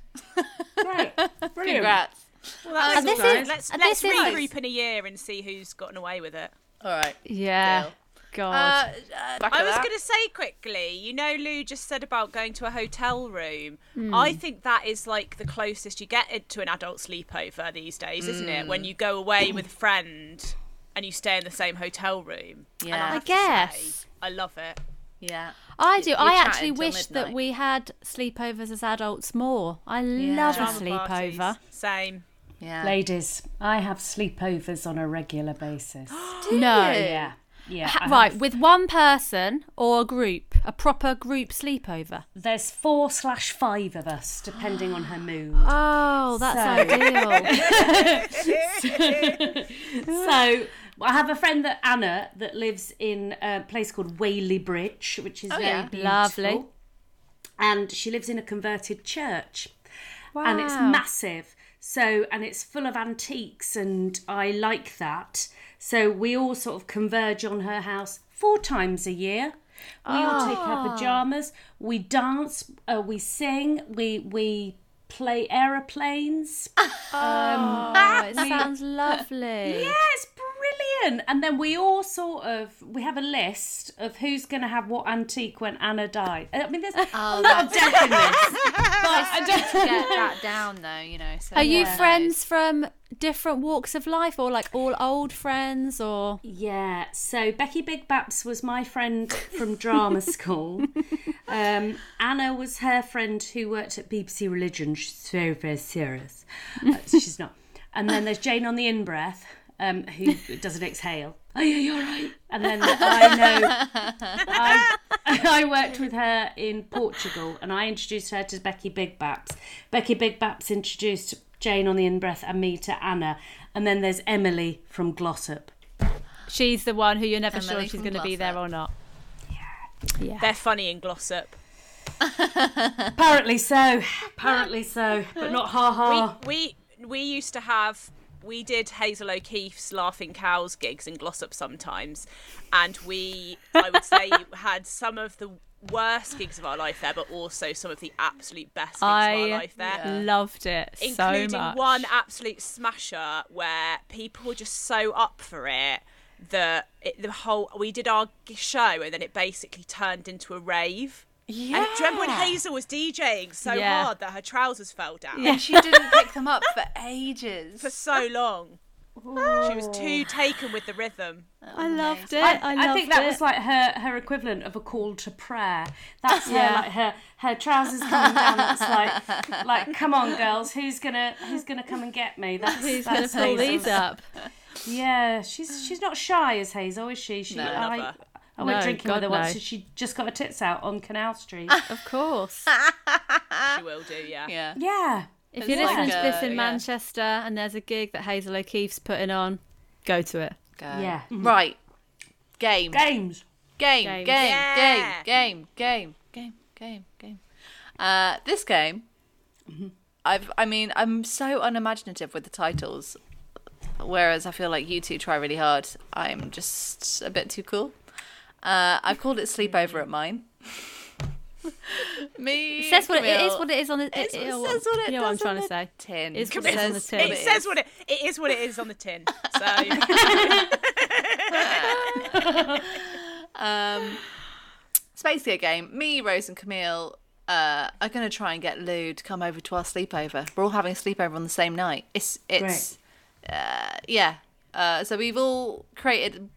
[SPEAKER 4] Great. Brilliant.
[SPEAKER 1] Congrats.
[SPEAKER 3] Well, that's
[SPEAKER 2] this
[SPEAKER 3] all right.
[SPEAKER 2] is-
[SPEAKER 3] let's
[SPEAKER 2] and
[SPEAKER 3] let's
[SPEAKER 2] this is-
[SPEAKER 3] regroup in a year and see who's gotten away with it.
[SPEAKER 1] All right.
[SPEAKER 2] Yeah.
[SPEAKER 1] Deal. Uh,
[SPEAKER 2] God.
[SPEAKER 1] Back
[SPEAKER 3] I
[SPEAKER 1] at
[SPEAKER 3] was
[SPEAKER 1] that.
[SPEAKER 3] going to say quickly, you know, Lou just said about going to a hotel room. I think that is like the closest you get to an adult sleepover these days, isn't it? When you go away with a friend and you stay in the same hotel room. And
[SPEAKER 1] Yeah. I
[SPEAKER 3] have to
[SPEAKER 2] guess.
[SPEAKER 3] say, I love it.
[SPEAKER 1] Yeah.
[SPEAKER 2] I do. I
[SPEAKER 1] chatted
[SPEAKER 2] actually
[SPEAKER 1] till
[SPEAKER 2] wish that
[SPEAKER 1] midnight.
[SPEAKER 2] we had sleepovers as adults more. I love a
[SPEAKER 1] Drama
[SPEAKER 2] sleepover.
[SPEAKER 3] Parties, Same.
[SPEAKER 2] Uh,
[SPEAKER 1] Yeah.
[SPEAKER 4] Ladies, I have sleepovers on a regular
[SPEAKER 2] [gasps]
[SPEAKER 4] basis.
[SPEAKER 1] Oh,
[SPEAKER 2] No.
[SPEAKER 4] yeah.
[SPEAKER 2] [laughs]
[SPEAKER 4] Yeah.
[SPEAKER 2] Ha-
[SPEAKER 4] I
[SPEAKER 2] right,
[SPEAKER 4] have-
[SPEAKER 2] with one person or a group, a proper group sleepover.
[SPEAKER 4] There's four slash five of us, depending on her mood.
[SPEAKER 2] Oh,
[SPEAKER 4] that's
[SPEAKER 2] that's ideal.
[SPEAKER 4] so I have a friend that Anna that lives in a place called Whaley Bridge, which is very
[SPEAKER 1] yeah.
[SPEAKER 4] beautiful.
[SPEAKER 2] Lovely.
[SPEAKER 4] And she lives in a converted church. And it's
[SPEAKER 2] Wow.
[SPEAKER 4] massive. So and it's full of antiques and I like that. So we all sort of converge on her house four times a year. We all take
[SPEAKER 2] Ah.
[SPEAKER 4] our pajamas, we dance, uh, we sing, we we play aeroplanes.
[SPEAKER 2] oh, [laughs] it sounds lovely.
[SPEAKER 4] Yeah, it's brilliant. And then we all sort of we have a list of who's going to have what antique when Anna died. I mean, there's a lot of death in this.
[SPEAKER 1] [laughs] Get that down though, you know. So
[SPEAKER 2] Are you friends from different walks of life or like all old friends or
[SPEAKER 4] Yeah. So Becky Big Baps was my friend from [laughs] drama school. Um, Anna was her friend who worked at BBC Religion. She's very very serious. Uh, she's not. And then there's Jane on the in breath. Um, who doesn't exhale? Oh yeah, you're right. And then I know [laughs] I, I worked with her in Portugal and I introduced her to Becky Big Baps. Becky Big Baps introduced Jane on the in breath and me to Anna. And then there's Emily from Glossop.
[SPEAKER 2] she's the one who you're never sure
[SPEAKER 1] Emily
[SPEAKER 2] if she's
[SPEAKER 1] from
[SPEAKER 2] going to be there or not?
[SPEAKER 3] They're funny in Glossop.
[SPEAKER 2] [laughs] Oh.
[SPEAKER 4] Apparently so. Apparently so. But not ha ha.
[SPEAKER 3] we we used to have we did Hazel O'Keefe's Laughing Cows gigs in Glossop sometimes, and we, I
[SPEAKER 2] [laughs]
[SPEAKER 3] would say, had some of the worst gigs of our life there, but also some of the absolute best gigs of our
[SPEAKER 2] I
[SPEAKER 3] life there.
[SPEAKER 2] loved it
[SPEAKER 3] including
[SPEAKER 2] so much.
[SPEAKER 3] one absolute smasher where people were just so up for it that it, the whole we did our g- show and then it basically turned into a rave.
[SPEAKER 1] Yeah.
[SPEAKER 3] And do you remember when Hazel was DJing so
[SPEAKER 2] Yeah.
[SPEAKER 3] hard that her trousers fell
[SPEAKER 1] [laughs]
[SPEAKER 3] down
[SPEAKER 1] And she didn't pick them up for ages.
[SPEAKER 3] for so long? She was too taken with the rhythm.
[SPEAKER 2] I loved it.
[SPEAKER 4] I,
[SPEAKER 2] I, loved
[SPEAKER 4] I think that
[SPEAKER 2] it.
[SPEAKER 4] was like her, her equivalent of a call to prayer. That's
[SPEAKER 2] Yeah.
[SPEAKER 4] her like her her trousers coming down. That's
[SPEAKER 2] [laughs]
[SPEAKER 4] like like come on girls, who's gonna who's gonna come and get me? That's
[SPEAKER 2] Who's gonna
[SPEAKER 4] that's
[SPEAKER 2] pull
[SPEAKER 4] Hazel.
[SPEAKER 2] these up?
[SPEAKER 4] Yeah, she's she's not shy as Hazel, is she? She
[SPEAKER 1] No.
[SPEAKER 4] I,
[SPEAKER 3] Love her.
[SPEAKER 4] I went
[SPEAKER 2] No,
[SPEAKER 4] drinking with
[SPEAKER 2] God,
[SPEAKER 4] her once.
[SPEAKER 2] no. Ah.
[SPEAKER 4] and She just got her tits out on Canal Street.
[SPEAKER 2] Of course.
[SPEAKER 3] She will do, yeah.
[SPEAKER 1] yeah.
[SPEAKER 4] yeah,
[SPEAKER 2] If you're
[SPEAKER 1] It's
[SPEAKER 2] listening
[SPEAKER 1] like
[SPEAKER 2] to this
[SPEAKER 1] a-
[SPEAKER 2] in
[SPEAKER 1] yeah.
[SPEAKER 2] Manchester and there's a gig that Hazel O'Keefe's putting on, go to it.
[SPEAKER 1] Go.
[SPEAKER 4] yeah.
[SPEAKER 2] Mm-hmm.
[SPEAKER 1] Right. Game.
[SPEAKER 4] Games.
[SPEAKER 1] Game. Game.
[SPEAKER 2] Games.
[SPEAKER 1] Game.
[SPEAKER 3] Yeah.
[SPEAKER 1] Game. Game. Game. Game. Game. Uh, this game.
[SPEAKER 2] Mm-hmm.
[SPEAKER 1] I've. I mean, I'm so unimaginative with the titles. Whereas I feel like you two try really hard. I'm just a bit too cool. Uh,
[SPEAKER 2] [laughs]
[SPEAKER 1] I've called it sleepover at mine. [laughs] Me.
[SPEAKER 2] It says what it
[SPEAKER 1] Camille,
[SPEAKER 2] is. What it is on the. It,
[SPEAKER 1] It's-
[SPEAKER 2] it-
[SPEAKER 1] says what it
[SPEAKER 2] you know what I'm
[SPEAKER 1] does
[SPEAKER 2] trying
[SPEAKER 1] on the
[SPEAKER 2] to say.
[SPEAKER 1] Tin.
[SPEAKER 2] It's what it
[SPEAKER 1] Camille,
[SPEAKER 2] says on the
[SPEAKER 1] it's-
[SPEAKER 2] tin.
[SPEAKER 1] it
[SPEAKER 3] It
[SPEAKER 1] is.
[SPEAKER 3] says what it it is what it is on the tin. So
[SPEAKER 1] Um, Spacey game. Me, Rose, and Camille uh, are going to try and get Lou to come over to our sleepover. We're all having a sleepover on the same night. It's it's uh, yeah. Uh, so we've all created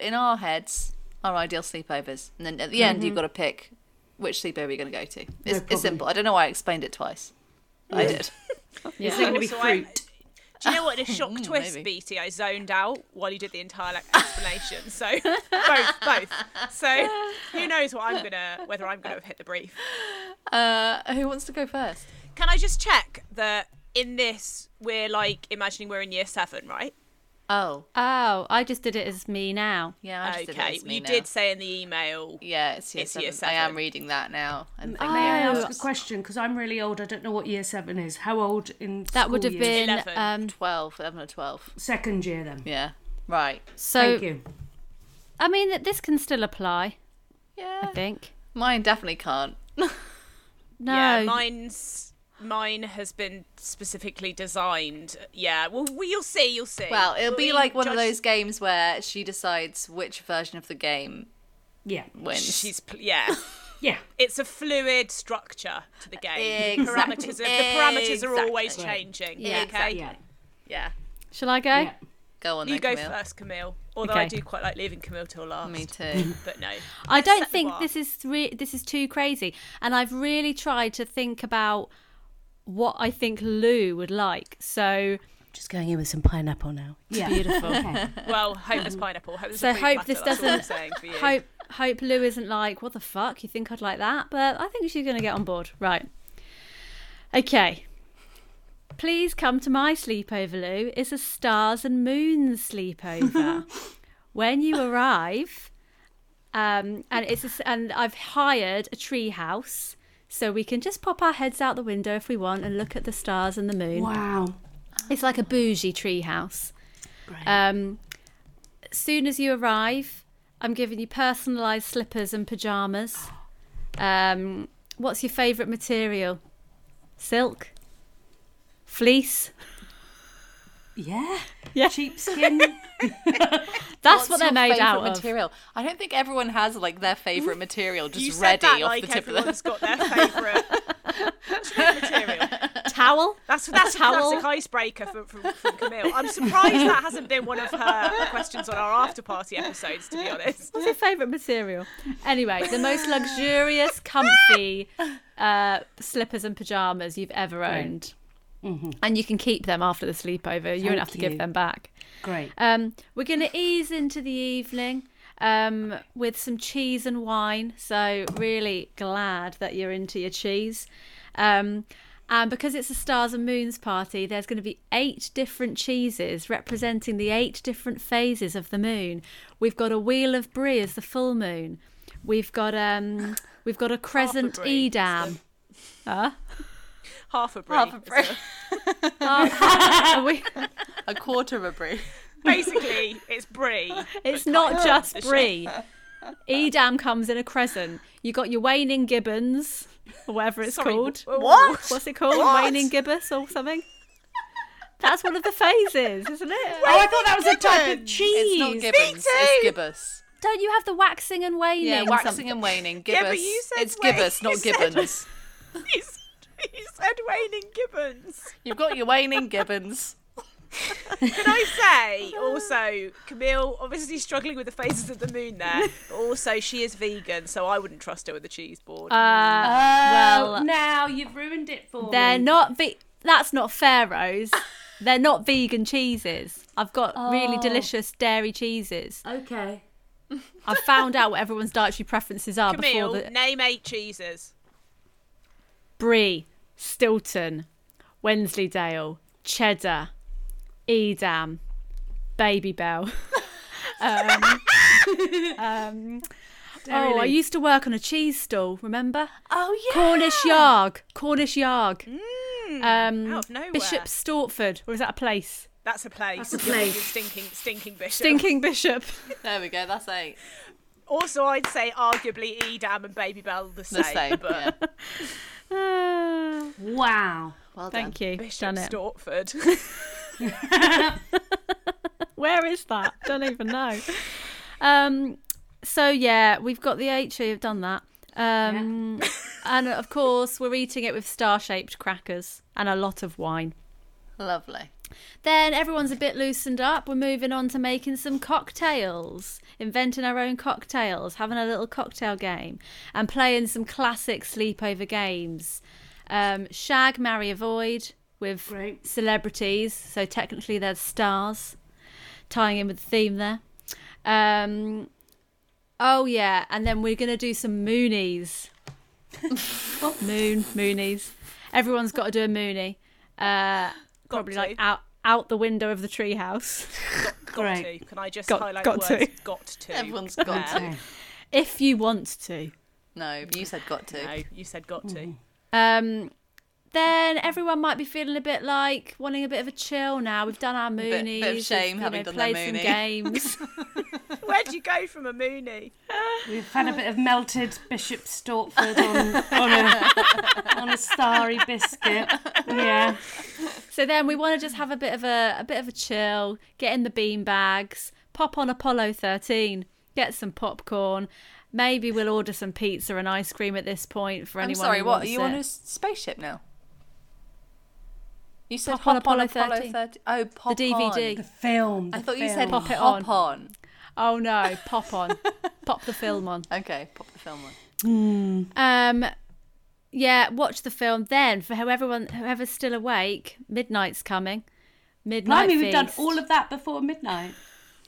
[SPEAKER 1] in our heads our ideal sleepovers, and then at the end you've got to pick which sleepover you're going to go to. It's, it's
[SPEAKER 4] problem.
[SPEAKER 1] simple. I don't know why I explained it twice. I did.
[SPEAKER 4] Is it going to be
[SPEAKER 3] Also, I-
[SPEAKER 4] fruit?
[SPEAKER 3] Do you know what? In a shock twist,
[SPEAKER 1] maybe.
[SPEAKER 3] BT, I zoned out while you did the entire like, explanation. So both, both. So who knows what I'm gonna, whether I'm gonna have hit the brief.
[SPEAKER 1] Uh, who wants to go first?
[SPEAKER 3] Can I just check that in this we're like imagining we're in year seven, right?
[SPEAKER 1] Oh
[SPEAKER 2] Oh, I just did it as me now.
[SPEAKER 1] yeah, I just did it
[SPEAKER 3] okay.
[SPEAKER 1] as me
[SPEAKER 3] you
[SPEAKER 1] now.
[SPEAKER 3] did say in the email.
[SPEAKER 1] Yeah, it's year,
[SPEAKER 3] It's
[SPEAKER 1] seven.
[SPEAKER 3] year
[SPEAKER 1] I am
[SPEAKER 3] seven.
[SPEAKER 1] reading that now. And
[SPEAKER 4] May I
[SPEAKER 1] thinking,
[SPEAKER 2] Oh.
[SPEAKER 4] ask a question? Because I'm really old. I don't know what year seven is. How old in
[SPEAKER 2] That would have
[SPEAKER 4] school years?
[SPEAKER 2] been
[SPEAKER 3] Eleven.
[SPEAKER 2] um.
[SPEAKER 1] 12, 11 or 12.
[SPEAKER 4] second year then.
[SPEAKER 1] Yeah. Right.
[SPEAKER 4] Thank
[SPEAKER 2] So
[SPEAKER 4] you.
[SPEAKER 2] I mean that this can still apply.
[SPEAKER 1] Yeah.
[SPEAKER 2] I think.
[SPEAKER 1] Mine definitely can't. [laughs]
[SPEAKER 2] No.
[SPEAKER 3] Yeah, mine's mine has been specifically designed. Yeah. Well, we, you'll see. You'll see.
[SPEAKER 1] Well, it'll be
[SPEAKER 3] We
[SPEAKER 1] like one of
[SPEAKER 3] judge-
[SPEAKER 1] those games where she decides which version of the game
[SPEAKER 4] Yeah,
[SPEAKER 1] wins.
[SPEAKER 3] [laughs] She's pl- yeah.
[SPEAKER 4] yeah.
[SPEAKER 3] it's a fluid structure to the game. The
[SPEAKER 1] Exactly.
[SPEAKER 3] Parameters are, the parameters are always
[SPEAKER 1] Exactly.
[SPEAKER 3] changing.
[SPEAKER 2] Yeah.
[SPEAKER 3] okay.
[SPEAKER 4] Yeah.
[SPEAKER 1] Yeah.
[SPEAKER 2] Shall I go?
[SPEAKER 4] Yeah.
[SPEAKER 1] Go on
[SPEAKER 3] You
[SPEAKER 1] then,
[SPEAKER 3] go
[SPEAKER 1] Camille.
[SPEAKER 3] first, Camille. Although I
[SPEAKER 2] Okay.
[SPEAKER 3] do quite like leaving Camille till last.
[SPEAKER 1] Me too.
[SPEAKER 3] But no.
[SPEAKER 2] I don't
[SPEAKER 3] Set the
[SPEAKER 2] think
[SPEAKER 3] bar.
[SPEAKER 2] this is re- this is too crazy, and I've really tried to think about what I think Lou would like. So
[SPEAKER 4] Just going in with some pineapple now. Yeah.
[SPEAKER 2] beautiful.
[SPEAKER 3] Well, hope it's pineapple. Hope it's
[SPEAKER 2] So
[SPEAKER 3] a fruit
[SPEAKER 2] hope
[SPEAKER 3] platter,
[SPEAKER 2] this
[SPEAKER 3] that's all I'm
[SPEAKER 2] doesn't-
[SPEAKER 3] saying [laughs] for you.
[SPEAKER 2] hope hope Lou isn't like, what the fuck? You think I'd like that? But I think she's gonna get on board. Right. Okay. Please come to my sleepover, Lou. It's a stars and moons
[SPEAKER 3] [laughs]
[SPEAKER 2] sleepover. when you arrive, um, and it's a s and I've hired a tree house. So we can just pop our heads out the window if we want and look at the stars and the moon.
[SPEAKER 4] Wow.
[SPEAKER 2] It's like a bougie tree house. Um, soon as you arrive, I'm giving you personalised slippers and pajamas. Um, what's your favourite material? Silk, fleece.
[SPEAKER 4] Yeah.
[SPEAKER 2] Yeah.
[SPEAKER 4] Sheepskin.
[SPEAKER 2] That's
[SPEAKER 1] What's
[SPEAKER 2] what they're
[SPEAKER 1] your
[SPEAKER 2] made
[SPEAKER 1] favourite
[SPEAKER 2] out of.
[SPEAKER 1] material? I don't think everyone has like their favorite material just
[SPEAKER 3] you said
[SPEAKER 1] ready
[SPEAKER 3] that
[SPEAKER 1] off the
[SPEAKER 3] like
[SPEAKER 1] tip of
[SPEAKER 3] everyone's
[SPEAKER 1] the.
[SPEAKER 3] got their favourite
[SPEAKER 1] [laughs]
[SPEAKER 3] What's your favourite material.
[SPEAKER 2] [laughs] Towel.
[SPEAKER 3] That's that's a
[SPEAKER 2] Towel.
[SPEAKER 3] classic icebreaker from, from, from Camille. I'm surprised that hasn't been one of her questions on our after party episodes. To be honest,
[SPEAKER 2] What's your favourite material? Anyway, the most luxurious,
[SPEAKER 1] [laughs]
[SPEAKER 2] comfy uh, slippers and pajamas you've ever owned,
[SPEAKER 1] Mm-hmm.
[SPEAKER 2] and you can keep them after the sleepover. You don't
[SPEAKER 4] Thank
[SPEAKER 2] have to give
[SPEAKER 4] you.
[SPEAKER 2] them back.
[SPEAKER 4] Great.
[SPEAKER 2] Um, we're going to ease into the evening um, with some cheese and wine. So, really glad that you're into your cheese. Um, and because it's a stars and moons party, there's going to be eight different cheeses representing the eight different phases of the moon. We've got a wheel of brie as the full moon. We've got um, we've got a crescent
[SPEAKER 3] brie,
[SPEAKER 2] edam. Huh?
[SPEAKER 3] half a brie.
[SPEAKER 1] Half a brie.
[SPEAKER 2] Are [laughs] we-
[SPEAKER 1] [laughs] a quarter of a brie.
[SPEAKER 3] [laughs] Basically, it's brie.
[SPEAKER 2] it's not just brie. Edam comes in a crescent. You got your waning gibbons, or whatever it's
[SPEAKER 3] Sorry,
[SPEAKER 2] called.
[SPEAKER 3] whoa,
[SPEAKER 1] What?
[SPEAKER 2] What's it called?
[SPEAKER 1] What?
[SPEAKER 2] Waning gibbous or something? That's one of the phases, isn't it?
[SPEAKER 4] Oh, I thought that was a type of cheese.
[SPEAKER 1] It's not gibbons. It's gibbous.
[SPEAKER 2] Don't you have the waxing and waning?
[SPEAKER 1] Yeah, waxing
[SPEAKER 2] something?
[SPEAKER 1] and waning. Gibbous.
[SPEAKER 3] Yeah, but you said
[SPEAKER 1] it's
[SPEAKER 3] wa-
[SPEAKER 1] gibbous,
[SPEAKER 3] you
[SPEAKER 1] not
[SPEAKER 3] said-
[SPEAKER 1] gibbons.
[SPEAKER 3] [laughs] You s- you said waning gibbons.
[SPEAKER 1] [laughs] You've got your waning [laughs] gibbons.
[SPEAKER 3] Can I say also, Camille obviously struggling with the phases of the moon there, but also she is vegan, so I wouldn't trust her with a cheese board.
[SPEAKER 2] Uh,
[SPEAKER 4] Oh,
[SPEAKER 2] Well-
[SPEAKER 4] now you've ruined it for
[SPEAKER 2] they're
[SPEAKER 4] me.
[SPEAKER 2] not ve- That's not Pharaoh's. they're not vegan cheeses. I've got really
[SPEAKER 4] Oh.
[SPEAKER 2] delicious dairy cheeses.
[SPEAKER 4] Okay.
[SPEAKER 2] I've found out what everyone's dietary preferences are
[SPEAKER 3] Camille,
[SPEAKER 2] before the
[SPEAKER 3] name eight cheeses.
[SPEAKER 2] Brie, Stilton, Wensleydale, Cheddar, Edam, Baby Bell. [laughs] um, [laughs] um, oh, I used to work on a cheese stall, remember?
[SPEAKER 4] Oh yeah.
[SPEAKER 2] Cornish Yarg. Cornish Yarg. um,
[SPEAKER 3] out of nowhere.
[SPEAKER 2] Bishop Stortford, or is that a place?
[SPEAKER 3] That's a place.
[SPEAKER 4] That's a place.
[SPEAKER 3] You're Stinking, stinking bishop.
[SPEAKER 2] Stinking [laughs] Bishop.
[SPEAKER 1] There we go. That's eight.
[SPEAKER 3] Also, I'd say arguably Edam and Baby Bell the same.
[SPEAKER 1] The same.
[SPEAKER 3] but
[SPEAKER 1] yeah.
[SPEAKER 2] Ah,
[SPEAKER 4] Wow.
[SPEAKER 1] Well done.
[SPEAKER 2] thank you.
[SPEAKER 3] Bishop
[SPEAKER 2] Done it. [laughs]
[SPEAKER 3] Stortford.
[SPEAKER 2] Where is that? Don't even know. Um, so yeah, we've got the H who have done that. Um, and of course we're eating it with star-shaped crackers and a lot of wine.
[SPEAKER 1] Lovely.
[SPEAKER 2] Then everyone's a bit loosened up. We're moving on to making some cocktails, inventing our own cocktails, having a little cocktail game, and playing some classic sleepover games. Um, shag, marry, avoid with
[SPEAKER 4] Great.
[SPEAKER 2] celebrities. So technically, they're stars, tying in with the theme there. Um, oh yeah, and then we're gonna do some moonies. Moon moonies. Everyone's got to do a moonie. Uh, probably
[SPEAKER 3] to.
[SPEAKER 2] like out out the window of the treehouse. [laughs]
[SPEAKER 3] got
[SPEAKER 4] Great.
[SPEAKER 3] to. Can I just
[SPEAKER 2] Got-
[SPEAKER 3] highlight
[SPEAKER 2] got
[SPEAKER 3] the
[SPEAKER 2] to.
[SPEAKER 3] words got to?
[SPEAKER 1] Everyone's got to.
[SPEAKER 2] if you want to.
[SPEAKER 1] No, you said got to.
[SPEAKER 3] No, you said got
[SPEAKER 2] Mm.
[SPEAKER 3] to.
[SPEAKER 2] Um, then everyone might be feeling a bit like wanting a bit of a chill now. We've done our
[SPEAKER 1] bit of
[SPEAKER 2] moonies. we've,
[SPEAKER 1] shame
[SPEAKER 2] you
[SPEAKER 1] having
[SPEAKER 2] know,
[SPEAKER 1] done their
[SPEAKER 2] played some
[SPEAKER 1] Moonie. [laughs]
[SPEAKER 2] games.
[SPEAKER 3] Where'd you go from a Mooney?
[SPEAKER 4] We've had a bit of melted Bishop Stortford on, on, a, on a starry biscuit. Yeah.
[SPEAKER 2] so then we want to just have a bit of a, a bit of a chill. Get in the bean bags. Pop on Apollo 13. Get some popcorn. Maybe we'll order some pizza and ice cream at this point for
[SPEAKER 1] I'm
[SPEAKER 2] anyone.
[SPEAKER 1] sorry.
[SPEAKER 2] who
[SPEAKER 1] What are
[SPEAKER 2] wants
[SPEAKER 1] you
[SPEAKER 2] it.
[SPEAKER 1] on a s- spaceship now? You said
[SPEAKER 2] Pop on
[SPEAKER 1] hop on
[SPEAKER 2] Apollo
[SPEAKER 1] Apollo
[SPEAKER 2] 13.
[SPEAKER 1] 13. Oh, pop
[SPEAKER 2] The DVD.
[SPEAKER 1] on.
[SPEAKER 4] The film.
[SPEAKER 1] I
[SPEAKER 4] the
[SPEAKER 1] thought you said
[SPEAKER 4] film.
[SPEAKER 2] Pop it
[SPEAKER 1] hop
[SPEAKER 2] on.
[SPEAKER 1] on.
[SPEAKER 2] Oh no! Pop
[SPEAKER 1] [laughs]
[SPEAKER 2] on. pop the film on.
[SPEAKER 1] Okay, pop the film on.
[SPEAKER 2] Um, yeah, watch the film. Then for whoever whoever's still awake, midnight's coming. Midnight
[SPEAKER 4] Blimey, we've done
[SPEAKER 2] feast.
[SPEAKER 4] all of that before midnight.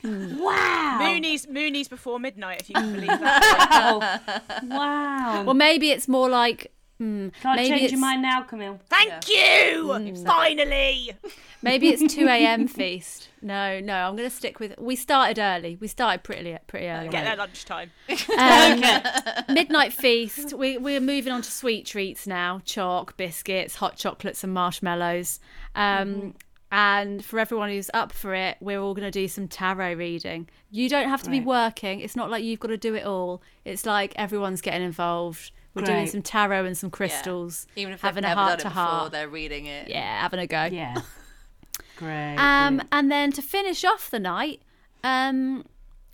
[SPEAKER 4] Wow.
[SPEAKER 2] Oh.
[SPEAKER 3] Mooney's Mooney's before midnight, if you can
[SPEAKER 2] [laughs]
[SPEAKER 3] believe that.
[SPEAKER 4] Oh, wow.
[SPEAKER 2] Well, maybe it's more like mm,
[SPEAKER 4] Can't
[SPEAKER 2] maybe
[SPEAKER 4] change
[SPEAKER 2] it's
[SPEAKER 4] your mind now, Camille.
[SPEAKER 3] Thank you!
[SPEAKER 2] Mm.
[SPEAKER 3] Finally!
[SPEAKER 2] maybe
[SPEAKER 4] [laughs]
[SPEAKER 2] it's two a.m. feast. No, no, I'm gonna stick with. We started early. We started pretty pretty early.
[SPEAKER 3] Get there lunchtime.
[SPEAKER 2] Um,
[SPEAKER 1] [laughs]
[SPEAKER 2] Midnight feast. We, we're moving on to sweet treats now: chalk, biscuits, hot chocolates, and marshmallows. Um,
[SPEAKER 1] Mm-hmm.
[SPEAKER 2] And for everyone who's up for it, we're all going to do some tarot reading. You don't have to be
[SPEAKER 4] Right.
[SPEAKER 2] working. It's not like you've got to do it all. It's like everyone's getting involved. We're doing
[SPEAKER 4] Great.
[SPEAKER 2] some tarot and some crystals.
[SPEAKER 1] Yeah. Even if
[SPEAKER 2] having
[SPEAKER 1] they've
[SPEAKER 2] a
[SPEAKER 1] never
[SPEAKER 2] heart
[SPEAKER 1] done it
[SPEAKER 2] to
[SPEAKER 1] before,
[SPEAKER 2] heart.
[SPEAKER 1] they're reading it.
[SPEAKER 2] Yeah, having a go.
[SPEAKER 4] Yeah.
[SPEAKER 2] [laughs]
[SPEAKER 4] Great.
[SPEAKER 2] Um, and then to finish off the night, um,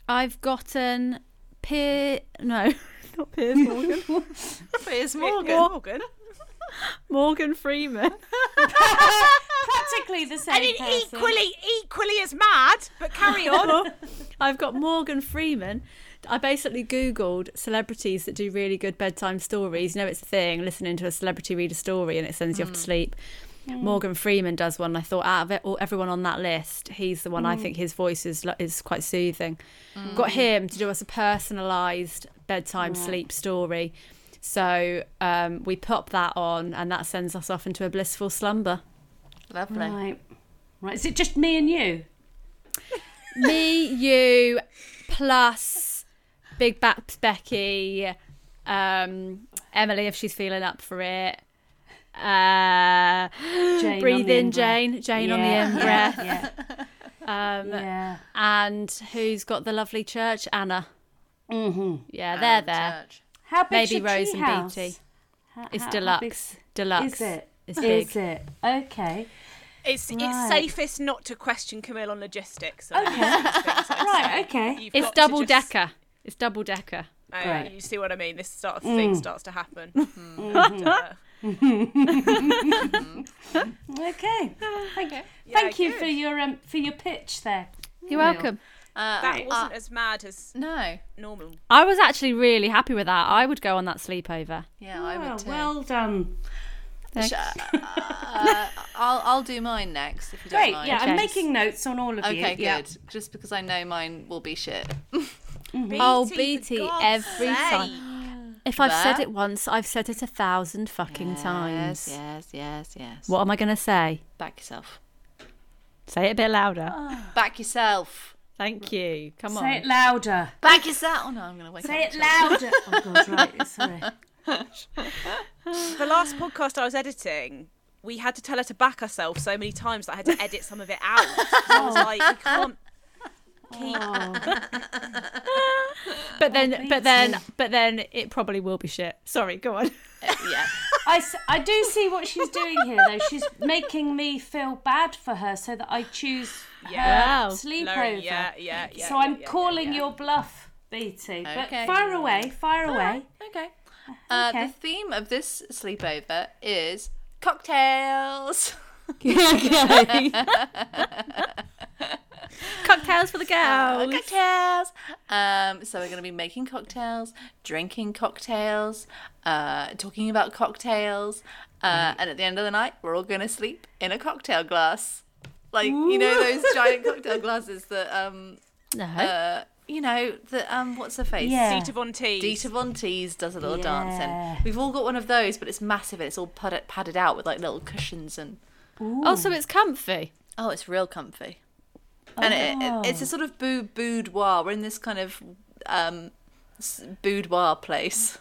[SPEAKER 2] I've gotten Pier. No, [laughs] not
[SPEAKER 1] [laughs]
[SPEAKER 2] Piers Morgan.
[SPEAKER 1] Piers
[SPEAKER 3] Morgan.
[SPEAKER 1] Morgan.
[SPEAKER 3] Morgan.
[SPEAKER 2] Morgan Freeman. [laughs]
[SPEAKER 4] Practically the same
[SPEAKER 3] I mean,
[SPEAKER 4] person.
[SPEAKER 3] equally, equally as mad, but
[SPEAKER 2] [laughs]
[SPEAKER 3] carry on.
[SPEAKER 2] I've got Morgan Freeman. I basically Googled celebrities that do really good bedtime stories. You know, it's a thing, listening to a celebrity read a story and it sends you off to sleep. Morgan Freeman does one. and I thought, out of it, all, everyone on that list, he's the one I think his voice is, lo- is quite soothing. Got him to do us a personalised bedtime sleep story. So um, we pop that on and that sends us off into a blissful slumber.
[SPEAKER 1] Lovely.
[SPEAKER 4] Right. Right. Is it just me and you?
[SPEAKER 2] me, you, plus Big Baps Becky, um, Emily if she's feeling up for it, Uh,
[SPEAKER 4] Jane on
[SPEAKER 2] breathe
[SPEAKER 4] the
[SPEAKER 2] in,
[SPEAKER 4] in-breath.
[SPEAKER 2] Jane. Jane on the
[SPEAKER 4] [laughs] Yeah,
[SPEAKER 2] in
[SPEAKER 4] yeah,
[SPEAKER 2] breath.
[SPEAKER 4] Yeah.
[SPEAKER 2] Um,
[SPEAKER 4] yeah.
[SPEAKER 2] And who's got the lovely church? Anna.
[SPEAKER 4] Mm-hmm.
[SPEAKER 2] Yeah, they're
[SPEAKER 1] Um,
[SPEAKER 2] there.
[SPEAKER 1] church.
[SPEAKER 4] How big
[SPEAKER 2] Maybe
[SPEAKER 4] should
[SPEAKER 2] Rose and
[SPEAKER 4] treehouse?
[SPEAKER 2] Beatty.
[SPEAKER 4] How-
[SPEAKER 2] It's
[SPEAKER 4] how- how big-
[SPEAKER 2] deluxe. Deluxe.
[SPEAKER 4] Is it?
[SPEAKER 2] It's big.
[SPEAKER 4] Is it? Okay.
[SPEAKER 3] It's
[SPEAKER 4] Right.
[SPEAKER 3] it's safest not to question Camille on logistics.
[SPEAKER 4] Okay. [laughs] Right, okay.
[SPEAKER 2] It's double decker. It's double decker.
[SPEAKER 4] Great.
[SPEAKER 3] uh,
[SPEAKER 4] Mm.
[SPEAKER 3] You see what I mean? This sort of thing starts to
[SPEAKER 4] [laughs]
[SPEAKER 3] happen.
[SPEAKER 4] Mm-hmm.
[SPEAKER 3] Uh,
[SPEAKER 4] Okay.
[SPEAKER 2] [laughs]
[SPEAKER 4] Thank,
[SPEAKER 3] Yeah,
[SPEAKER 4] thank you
[SPEAKER 3] good.
[SPEAKER 4] for your um, for your pitch there.
[SPEAKER 2] You're welcome.
[SPEAKER 1] Uh,
[SPEAKER 3] that wasn't
[SPEAKER 1] uh,
[SPEAKER 3] as mad as
[SPEAKER 1] no.
[SPEAKER 3] normal.
[SPEAKER 2] I was actually really happy with that. I would go on that sleepover.
[SPEAKER 1] Yeah, I
[SPEAKER 4] Oh,
[SPEAKER 1] would too.
[SPEAKER 4] well done.
[SPEAKER 2] Thanks.
[SPEAKER 1] [laughs] Uh, I'll I'll do mine next if you don't
[SPEAKER 4] Great.
[SPEAKER 1] mind.
[SPEAKER 4] Yeah, I'm
[SPEAKER 2] Thanks.
[SPEAKER 4] making notes on all of you.
[SPEAKER 1] Okay,
[SPEAKER 4] Yeah.
[SPEAKER 1] good. Just because I know mine will be shit.
[SPEAKER 2] Oh,
[SPEAKER 3] for
[SPEAKER 2] BT
[SPEAKER 3] God's
[SPEAKER 2] every time.
[SPEAKER 3] sake.
[SPEAKER 2] If I've said
[SPEAKER 1] That-
[SPEAKER 2] it once, I've said it a thousand fucking times.
[SPEAKER 1] yes, yes, yes.
[SPEAKER 2] What am I going to say?
[SPEAKER 1] Back yourself.
[SPEAKER 2] Say it a bit louder.
[SPEAKER 1] Back yourself.
[SPEAKER 2] Thank you. Come on.
[SPEAKER 4] Say it louder.
[SPEAKER 1] Back yourself. Oh no, I'm gonna wake
[SPEAKER 4] Say
[SPEAKER 1] up.
[SPEAKER 2] [laughs]
[SPEAKER 4] it louder. oh God, right. Sorry.
[SPEAKER 3] The last podcast I was editing, we had to tell her to back herself so many times that I had to edit some of it out.
[SPEAKER 4] [laughs]
[SPEAKER 3] 'Cause I was like, we can't
[SPEAKER 2] [laughs]
[SPEAKER 4] Oh.
[SPEAKER 2] But then, but then, [laughs] but then, it probably will be shit. Sorry. Go on.
[SPEAKER 1] yeah.
[SPEAKER 4] I, s- I do see what she's doing here though. She's making me feel bad for her so that I choose
[SPEAKER 3] Yeah.
[SPEAKER 2] Wow.
[SPEAKER 3] Lauren,
[SPEAKER 4] sleepover.
[SPEAKER 3] yeah, yeah, yeah.
[SPEAKER 4] so I'm
[SPEAKER 3] yeah, yeah,
[SPEAKER 4] calling
[SPEAKER 3] yeah.
[SPEAKER 4] your bluff, BT.
[SPEAKER 1] Okay. Ah.
[SPEAKER 4] But fire away, fire away.
[SPEAKER 1] Okay. Uh,
[SPEAKER 4] Okay.
[SPEAKER 1] The theme of this sleepover is
[SPEAKER 4] [laughs]
[SPEAKER 1] cocktails. [laughs]
[SPEAKER 2] Cocktails for the
[SPEAKER 1] Uh,
[SPEAKER 2] girls.
[SPEAKER 1] cocktails. Um, so we're going to be making cocktails, drinking cocktails, uh, talking about cocktails,
[SPEAKER 4] Mm.
[SPEAKER 1] uh, and at the end of the night, we're all going to sleep in a cocktail glass, like you know those giant
[SPEAKER 4] [laughs]
[SPEAKER 1] cocktail glasses that um,
[SPEAKER 2] No.
[SPEAKER 1] uh, you know that um, what's her face?
[SPEAKER 4] Yeah.
[SPEAKER 3] Dita Von Teese.
[SPEAKER 1] Dita Von Teese does a little
[SPEAKER 4] Yeah.
[SPEAKER 1] dancing. We've all got one of those, but it's massive and it's all padded, padded out with like little cushions and
[SPEAKER 2] oh, so it's comfy.
[SPEAKER 1] Oh, it's real comfy. And it, it, it's a
[SPEAKER 4] Oh.
[SPEAKER 1] sort of boo boudoir. We're in this kind of um, s- boudoir place.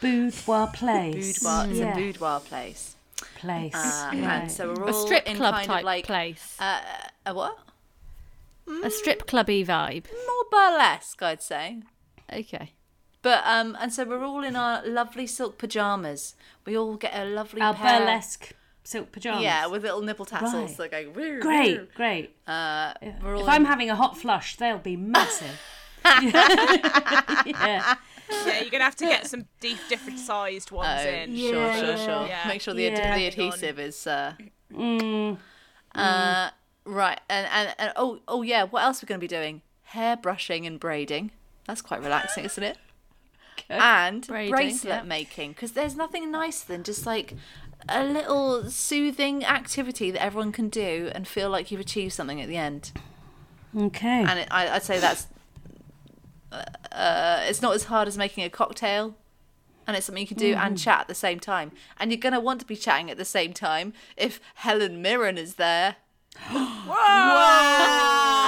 [SPEAKER 4] Boudoir place.
[SPEAKER 1] Boudoir, it's
[SPEAKER 4] Yeah.
[SPEAKER 1] a boudoir place.
[SPEAKER 4] place.
[SPEAKER 1] Uh,
[SPEAKER 4] Right.
[SPEAKER 1] And so we're
[SPEAKER 2] A
[SPEAKER 1] all
[SPEAKER 2] strip
[SPEAKER 1] in
[SPEAKER 2] club
[SPEAKER 1] kind
[SPEAKER 2] type
[SPEAKER 1] of like Mm.
[SPEAKER 2] place.
[SPEAKER 1] Uh, a what?
[SPEAKER 2] a strip clubby vibe.
[SPEAKER 1] More burlesque, I'd say. [laughs]
[SPEAKER 2] Okay.
[SPEAKER 1] But um, and so we're all in our lovely silk pajamas. We all get a lovely
[SPEAKER 4] Our
[SPEAKER 1] pair.
[SPEAKER 4] burlesque silk pajamas.
[SPEAKER 1] Yeah, with little nipple tassels that
[SPEAKER 4] Right.
[SPEAKER 1] go. "Woo, woo."
[SPEAKER 4] Great, great.
[SPEAKER 1] Uh, we're all
[SPEAKER 4] If
[SPEAKER 1] in-
[SPEAKER 4] I'm having a hot flush, they'll be massive. [laughs] yeah.
[SPEAKER 3] Yeah, you're gonna have
[SPEAKER 2] [laughs]
[SPEAKER 3] to get some deep, different sized ones
[SPEAKER 1] Oh,
[SPEAKER 3] in.
[SPEAKER 1] Sure, sure, sure.
[SPEAKER 3] Yeah.
[SPEAKER 1] Make sure the, ad-
[SPEAKER 4] Yeah.
[SPEAKER 1] the adhesive is. Uh,
[SPEAKER 2] Mm.
[SPEAKER 1] uh, right, and, and and oh oh yeah, what else we're going to be doing? Hair brushing and braiding. That's quite relaxing, isn't it? And
[SPEAKER 2] Braiding,
[SPEAKER 1] bracelet
[SPEAKER 2] yeah.
[SPEAKER 1] making, because there's nothing nicer than just like a little soothing activity that everyone can do and feel like you've achieved something at the end.
[SPEAKER 4] Okay.
[SPEAKER 1] And it, I, I'd say that's uh, it's not as hard as making a cocktail, and it's something you can do
[SPEAKER 3] Mm.
[SPEAKER 1] and chat at the same time. And you're gonna want to be chatting at the same time if Helen Mirren is there.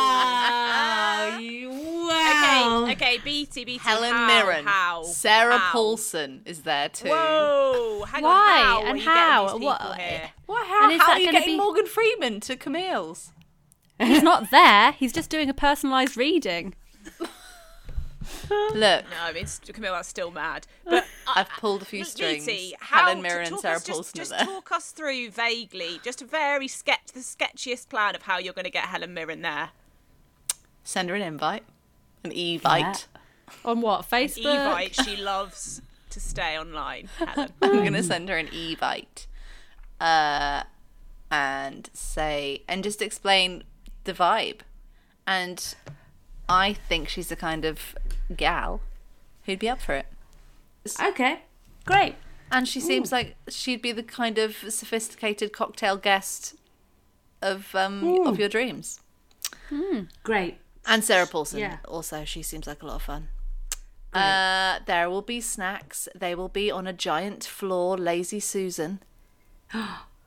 [SPEAKER 4] Wow. you- wow.
[SPEAKER 3] Okay, okay, BT, BT.
[SPEAKER 1] Helen
[SPEAKER 3] how,
[SPEAKER 1] Mirren,
[SPEAKER 3] How?
[SPEAKER 1] Sarah
[SPEAKER 3] how?
[SPEAKER 1] Paulson is there too.
[SPEAKER 3] Whoa, hang
[SPEAKER 2] Why?
[SPEAKER 3] on. How
[SPEAKER 2] And
[SPEAKER 3] are you
[SPEAKER 2] how?
[SPEAKER 3] Getting these
[SPEAKER 2] What-
[SPEAKER 3] people here?
[SPEAKER 1] What? How,
[SPEAKER 2] And is
[SPEAKER 1] how
[SPEAKER 2] that
[SPEAKER 1] are you
[SPEAKER 2] gonna
[SPEAKER 1] getting
[SPEAKER 2] be-
[SPEAKER 1] Morgan Freeman to Camille's?
[SPEAKER 2] He's not there. He's just doing a personalised reading.
[SPEAKER 1] Look,
[SPEAKER 3] No, I mean, s- Camille, that's still
[SPEAKER 2] [laughs]
[SPEAKER 3] mad. But
[SPEAKER 1] I've pulled a few strings.
[SPEAKER 3] BT, how
[SPEAKER 1] Helen
[SPEAKER 3] to
[SPEAKER 1] Mirren and
[SPEAKER 3] talk
[SPEAKER 1] Sarah
[SPEAKER 3] us- just,
[SPEAKER 1] Paulson
[SPEAKER 3] just
[SPEAKER 1] are there.
[SPEAKER 3] talk us through vaguely, just a very sketch, the sketchiest plan of how you're going to get Helen Mirren there.
[SPEAKER 1] Send her an invite, an evite.
[SPEAKER 2] On what? Facebook.
[SPEAKER 3] Evite, she loves to
[SPEAKER 2] [laughs]
[SPEAKER 3] stay online. Helen.
[SPEAKER 1] I'm gonna send her an e-bite, uh, and say and just explain the vibe. And I think she's the kind of gal who'd be up for it.
[SPEAKER 4] Okay. Great.
[SPEAKER 1] And she seems like she'd be the kind of sophisticated cocktail guest of um of your dreams.
[SPEAKER 4] Great.
[SPEAKER 1] And Sarah Paulson
[SPEAKER 4] Yeah.
[SPEAKER 1] also. She seems like a lot of fun. Uh, there will be snacks. They will be on a giant floor, lazy Susan,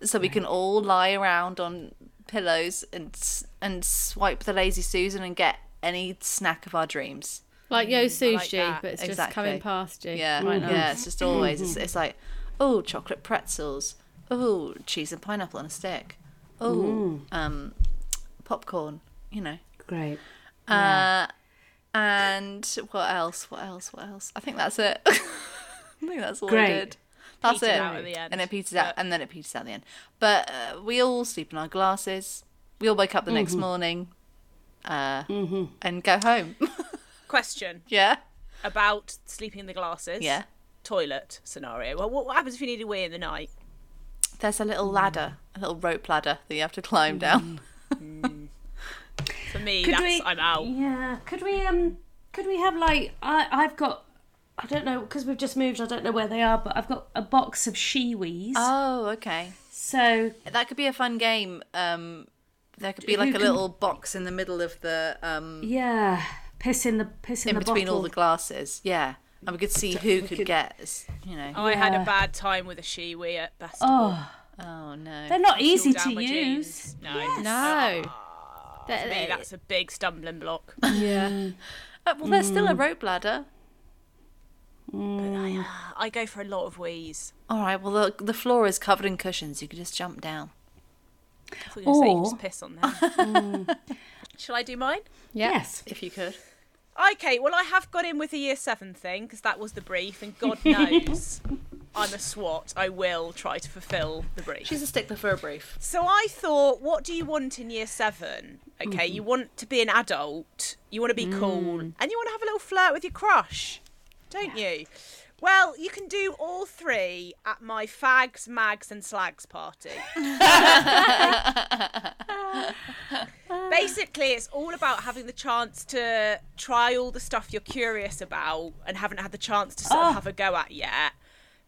[SPEAKER 1] so we can all lie around on pillows and s- and swipe the lazy Susan and get any snack of our dreams.
[SPEAKER 2] Like
[SPEAKER 1] Mm,
[SPEAKER 2] yo sushi,
[SPEAKER 3] that.
[SPEAKER 2] but it's just
[SPEAKER 1] Exactly.
[SPEAKER 2] coming past you.
[SPEAKER 1] Yeah, yeah. It's just always it's, it's like, oh, chocolate pretzels. oh, cheese and pineapple on a stick. Oh, um, popcorn. You know.
[SPEAKER 4] Great.
[SPEAKER 1] Uh, and what else? What else? What else? I think that's it. [laughs] I think that's all
[SPEAKER 4] Great.
[SPEAKER 1] I did. That's
[SPEAKER 3] Petered
[SPEAKER 1] it.
[SPEAKER 3] out at the end.
[SPEAKER 1] And it peters out, and then it peters out at the end. But uh, we all sleep in our glasses. We all wake up the
[SPEAKER 3] Mm-hmm.
[SPEAKER 1] next morning, uh, and go home. [laughs]
[SPEAKER 3] Question
[SPEAKER 1] yeah,
[SPEAKER 3] about sleeping in the glasses.
[SPEAKER 1] yeah.
[SPEAKER 3] Toilet scenario. Well, what, what happens if you need a wee in the night?
[SPEAKER 1] There's a little
[SPEAKER 3] Mm-hmm.
[SPEAKER 1] ladder, a little rope ladder that you have to climb
[SPEAKER 3] [laughs]
[SPEAKER 1] down.
[SPEAKER 3] For me,
[SPEAKER 4] Could
[SPEAKER 3] that's
[SPEAKER 4] we-
[SPEAKER 3] I'm out.
[SPEAKER 4] Yeah. Could we um? Could we have like I I've got I don't know because we've just moved. I don't know where they are, but I've got a box of shiwis.
[SPEAKER 3] Ah.
[SPEAKER 1] Oh, okay.
[SPEAKER 4] so
[SPEAKER 1] That could be a fun game. Um, there could be
[SPEAKER 4] Who
[SPEAKER 1] like a
[SPEAKER 4] can-
[SPEAKER 1] little box in the middle of the um,
[SPEAKER 4] yeah, piss in the piss in,
[SPEAKER 1] in
[SPEAKER 4] the
[SPEAKER 1] between
[SPEAKER 4] bottle.
[SPEAKER 1] all the glasses. Yeah, and we could see who could get, s- you know.
[SPEAKER 3] I had
[SPEAKER 4] Yeah.
[SPEAKER 3] a bad time with a shiwi at best.
[SPEAKER 4] Oh,
[SPEAKER 1] Oh no.
[SPEAKER 4] they're not easy
[SPEAKER 3] down
[SPEAKER 4] to
[SPEAKER 3] my
[SPEAKER 4] use.
[SPEAKER 3] jeans. No,
[SPEAKER 2] No. That-
[SPEAKER 3] for me, that's a big stumbling
[SPEAKER 4] [laughs]
[SPEAKER 3] block.
[SPEAKER 2] yeah.
[SPEAKER 1] Uh, well, there's still a
[SPEAKER 3] mm.
[SPEAKER 1] rope ladder.
[SPEAKER 3] I go for a lot of wheeze.
[SPEAKER 1] All right. Well, the the floor is covered in cushions. You could just jump down.
[SPEAKER 3] I thought you were going to say
[SPEAKER 4] Or- Mm.
[SPEAKER 3] you just piss on
[SPEAKER 4] [laughs]
[SPEAKER 3] there. Shall I do mine?
[SPEAKER 4] Yes.
[SPEAKER 1] If you could.
[SPEAKER 3] Okay, well, I have got in with the year seven thing because that was the brief, and
[SPEAKER 4] [laughs]
[SPEAKER 3] God knows I'm a SWAT. I will try to fulfil the brief.
[SPEAKER 1] She's a stickler for a brief.
[SPEAKER 3] So I thought, what do you want in year seven? Okay, you want to be an adult, you want to be cool, and you want to have a little flirt with your crush, don't you? Well, you can do all three at my fags, mags, and slags party. Basically, it's all about having the chance to try all the stuff you're curious about and haven't had the chance to sort of have a go at yet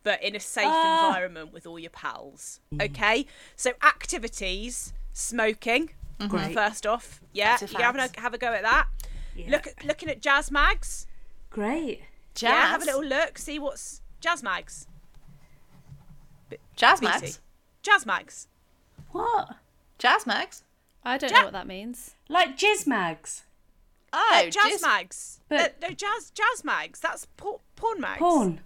[SPEAKER 3] but in a safe environment with all your pals. Okay, so activities, smoking.
[SPEAKER 4] Great.
[SPEAKER 3] First off, yeah,
[SPEAKER 1] Lots of
[SPEAKER 3] you have a,
[SPEAKER 1] fags.
[SPEAKER 3] have a go at that. Look, at- looking at jazz mags.
[SPEAKER 4] Great.
[SPEAKER 1] Jazz.
[SPEAKER 3] Yeah, have a little look, see what's jazz mags.
[SPEAKER 1] Jazz
[SPEAKER 3] BT.
[SPEAKER 1] mags.
[SPEAKER 3] Jazz mags.
[SPEAKER 4] What?
[SPEAKER 1] Jazz mags.
[SPEAKER 2] I don't know what that means.
[SPEAKER 4] Like jizz mags.
[SPEAKER 1] Oh,
[SPEAKER 3] Uh, jazz
[SPEAKER 1] jizz-
[SPEAKER 3] mags. Uh,
[SPEAKER 4] But-
[SPEAKER 3] no, no, jazz jazz mags. That's por- porn mags.
[SPEAKER 4] Porn.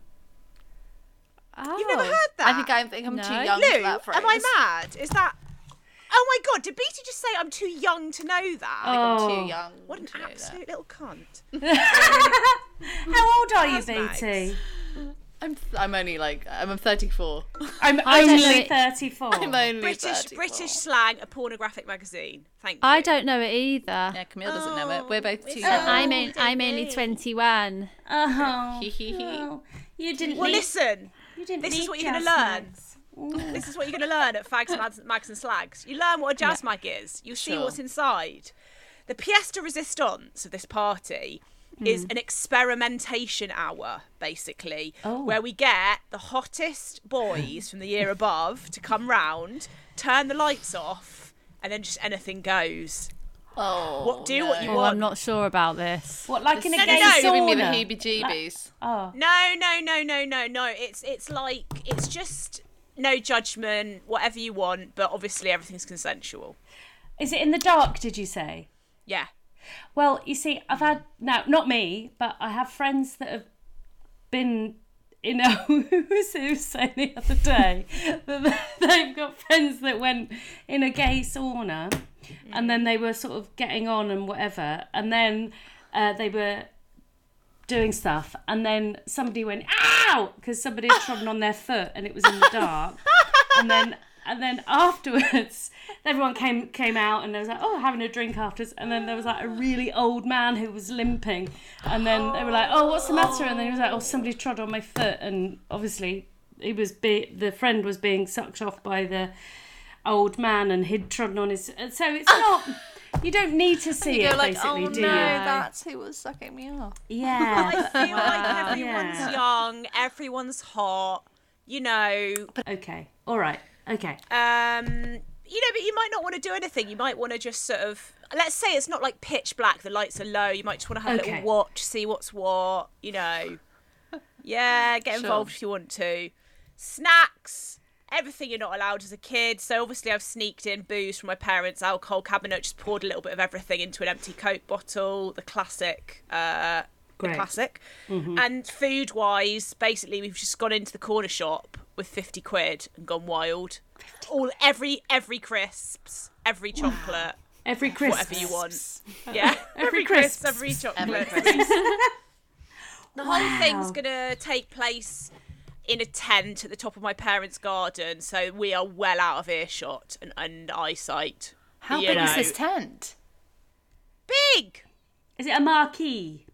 [SPEAKER 2] Oh.
[SPEAKER 3] You've never heard that.
[SPEAKER 1] I think I think I'm too
[SPEAKER 2] No.
[SPEAKER 1] young for
[SPEAKER 3] Lou,
[SPEAKER 1] that phrase.
[SPEAKER 3] am I mad? Is that? Oh my god! Did Beatty just say I'm too young to know that?
[SPEAKER 1] I'm
[SPEAKER 4] Oh.
[SPEAKER 1] too young.
[SPEAKER 3] what an
[SPEAKER 1] to know that.
[SPEAKER 3] absolute little cunt.
[SPEAKER 4] How old are you,
[SPEAKER 3] Jazz mags.
[SPEAKER 4] BT?
[SPEAKER 1] I'm I'm only like I'm 34.
[SPEAKER 4] I'm
[SPEAKER 2] I don't know
[SPEAKER 4] only
[SPEAKER 2] it.
[SPEAKER 4] 34.
[SPEAKER 1] I'm only
[SPEAKER 3] Oh, British
[SPEAKER 1] 34.
[SPEAKER 3] British slang, a pornographic magazine. Thank you.
[SPEAKER 2] I don't know it either.
[SPEAKER 1] Yeah, Camille doesn't know it. We're
[SPEAKER 3] Oh,
[SPEAKER 1] both too
[SPEAKER 2] And
[SPEAKER 1] young.
[SPEAKER 2] I'm in, I'm only 21.
[SPEAKER 3] [laughs]
[SPEAKER 4] Oh,
[SPEAKER 1] Hee hee hee.
[SPEAKER 4] oh. you didn't.
[SPEAKER 3] Well,
[SPEAKER 4] need,
[SPEAKER 3] listen.
[SPEAKER 4] you didn't
[SPEAKER 3] this is
[SPEAKER 4] need
[SPEAKER 3] what you're gonna
[SPEAKER 4] jazz
[SPEAKER 3] learn.
[SPEAKER 4] mags.
[SPEAKER 3] This is what you're going to learn at Fags, Mads, Mags and Slags. You learn what a jazz mag is. You see
[SPEAKER 1] Sure.
[SPEAKER 3] what's inside. The pièce de résistance of this party
[SPEAKER 1] Hmm.
[SPEAKER 3] is an experimentation hour, basically,
[SPEAKER 1] Oh.
[SPEAKER 3] where we get the hottest boys from the year above to come round, turn the lights off, and then just anything goes.
[SPEAKER 1] Oh,
[SPEAKER 3] What- do what you
[SPEAKER 2] Well,
[SPEAKER 3] want.
[SPEAKER 2] I'm not sure about this.
[SPEAKER 4] What, like in a
[SPEAKER 1] No, no,
[SPEAKER 4] gay
[SPEAKER 1] no.
[SPEAKER 4] sauna?
[SPEAKER 1] giving me the heebie-jeebies.
[SPEAKER 4] oh,
[SPEAKER 3] No, no, no, no, no, no. It's it's like it's just no judgment, whatever you want, but obviously everything's consensual.
[SPEAKER 4] is it in the dark? Did you say?
[SPEAKER 3] Yeah.
[SPEAKER 4] Well, you see, I've had now not me, but I have friends that have been. You know, [laughs] who was who was saying the other day [laughs] that they've got friends that went in a gay sauna, and then they were sort of getting on and whatever, and then uh, they were doing stuff, and then somebody went ow because somebody had trodden on their foot, and it was in the dark, and then and then afterwards [laughs] everyone came came out and they was like oh having a drink afterwards and then there was like a really old man who was limping and then they were like oh what's the matter and then he was like oh somebody trod on my foot and obviously he was be- the friend was being sucked off by the old man and he'd trodden on his and so it's not you don't need to see
[SPEAKER 1] You
[SPEAKER 4] it
[SPEAKER 1] go like, oh
[SPEAKER 4] basically
[SPEAKER 1] no,
[SPEAKER 4] do you
[SPEAKER 1] that's who was sucking me off.
[SPEAKER 4] yeah
[SPEAKER 3] I feel like everyone's
[SPEAKER 4] Yeah.
[SPEAKER 3] young, everyone's hot, you know.
[SPEAKER 4] okay all right okay
[SPEAKER 3] Um, you know, but you might not want to do anything. You might want to just sort of let's say it's not like pitch black, the lights are low. You might just want to have a
[SPEAKER 4] Okay.
[SPEAKER 3] little watch, see what's what, you know. Yeah, get involved if you want to. Snacks. Everything you're not allowed as a kid. So obviously, I've sneaked in booze from my parents' alcohol cabinet. Just poured a little bit of everything into an empty coke bottle. The classic uh, the
[SPEAKER 4] Great.
[SPEAKER 3] classic. And food wise, basically, we've just gone into the corner shop with 50 quid and gone wild. all every every crisps, every chocolate,
[SPEAKER 4] Every Christmas.
[SPEAKER 3] whatever you want. Yeah, [laughs] every,
[SPEAKER 4] crisps.
[SPEAKER 3] crisp, every chocolate. [laughs] the whole thing's gonna take place in a tent at the top of my parents' garden, so we are well out of earshot and, and eyesight.
[SPEAKER 1] How
[SPEAKER 3] you
[SPEAKER 1] big is
[SPEAKER 3] know.
[SPEAKER 1] this tent?
[SPEAKER 3] Big.
[SPEAKER 4] Is it a marquee?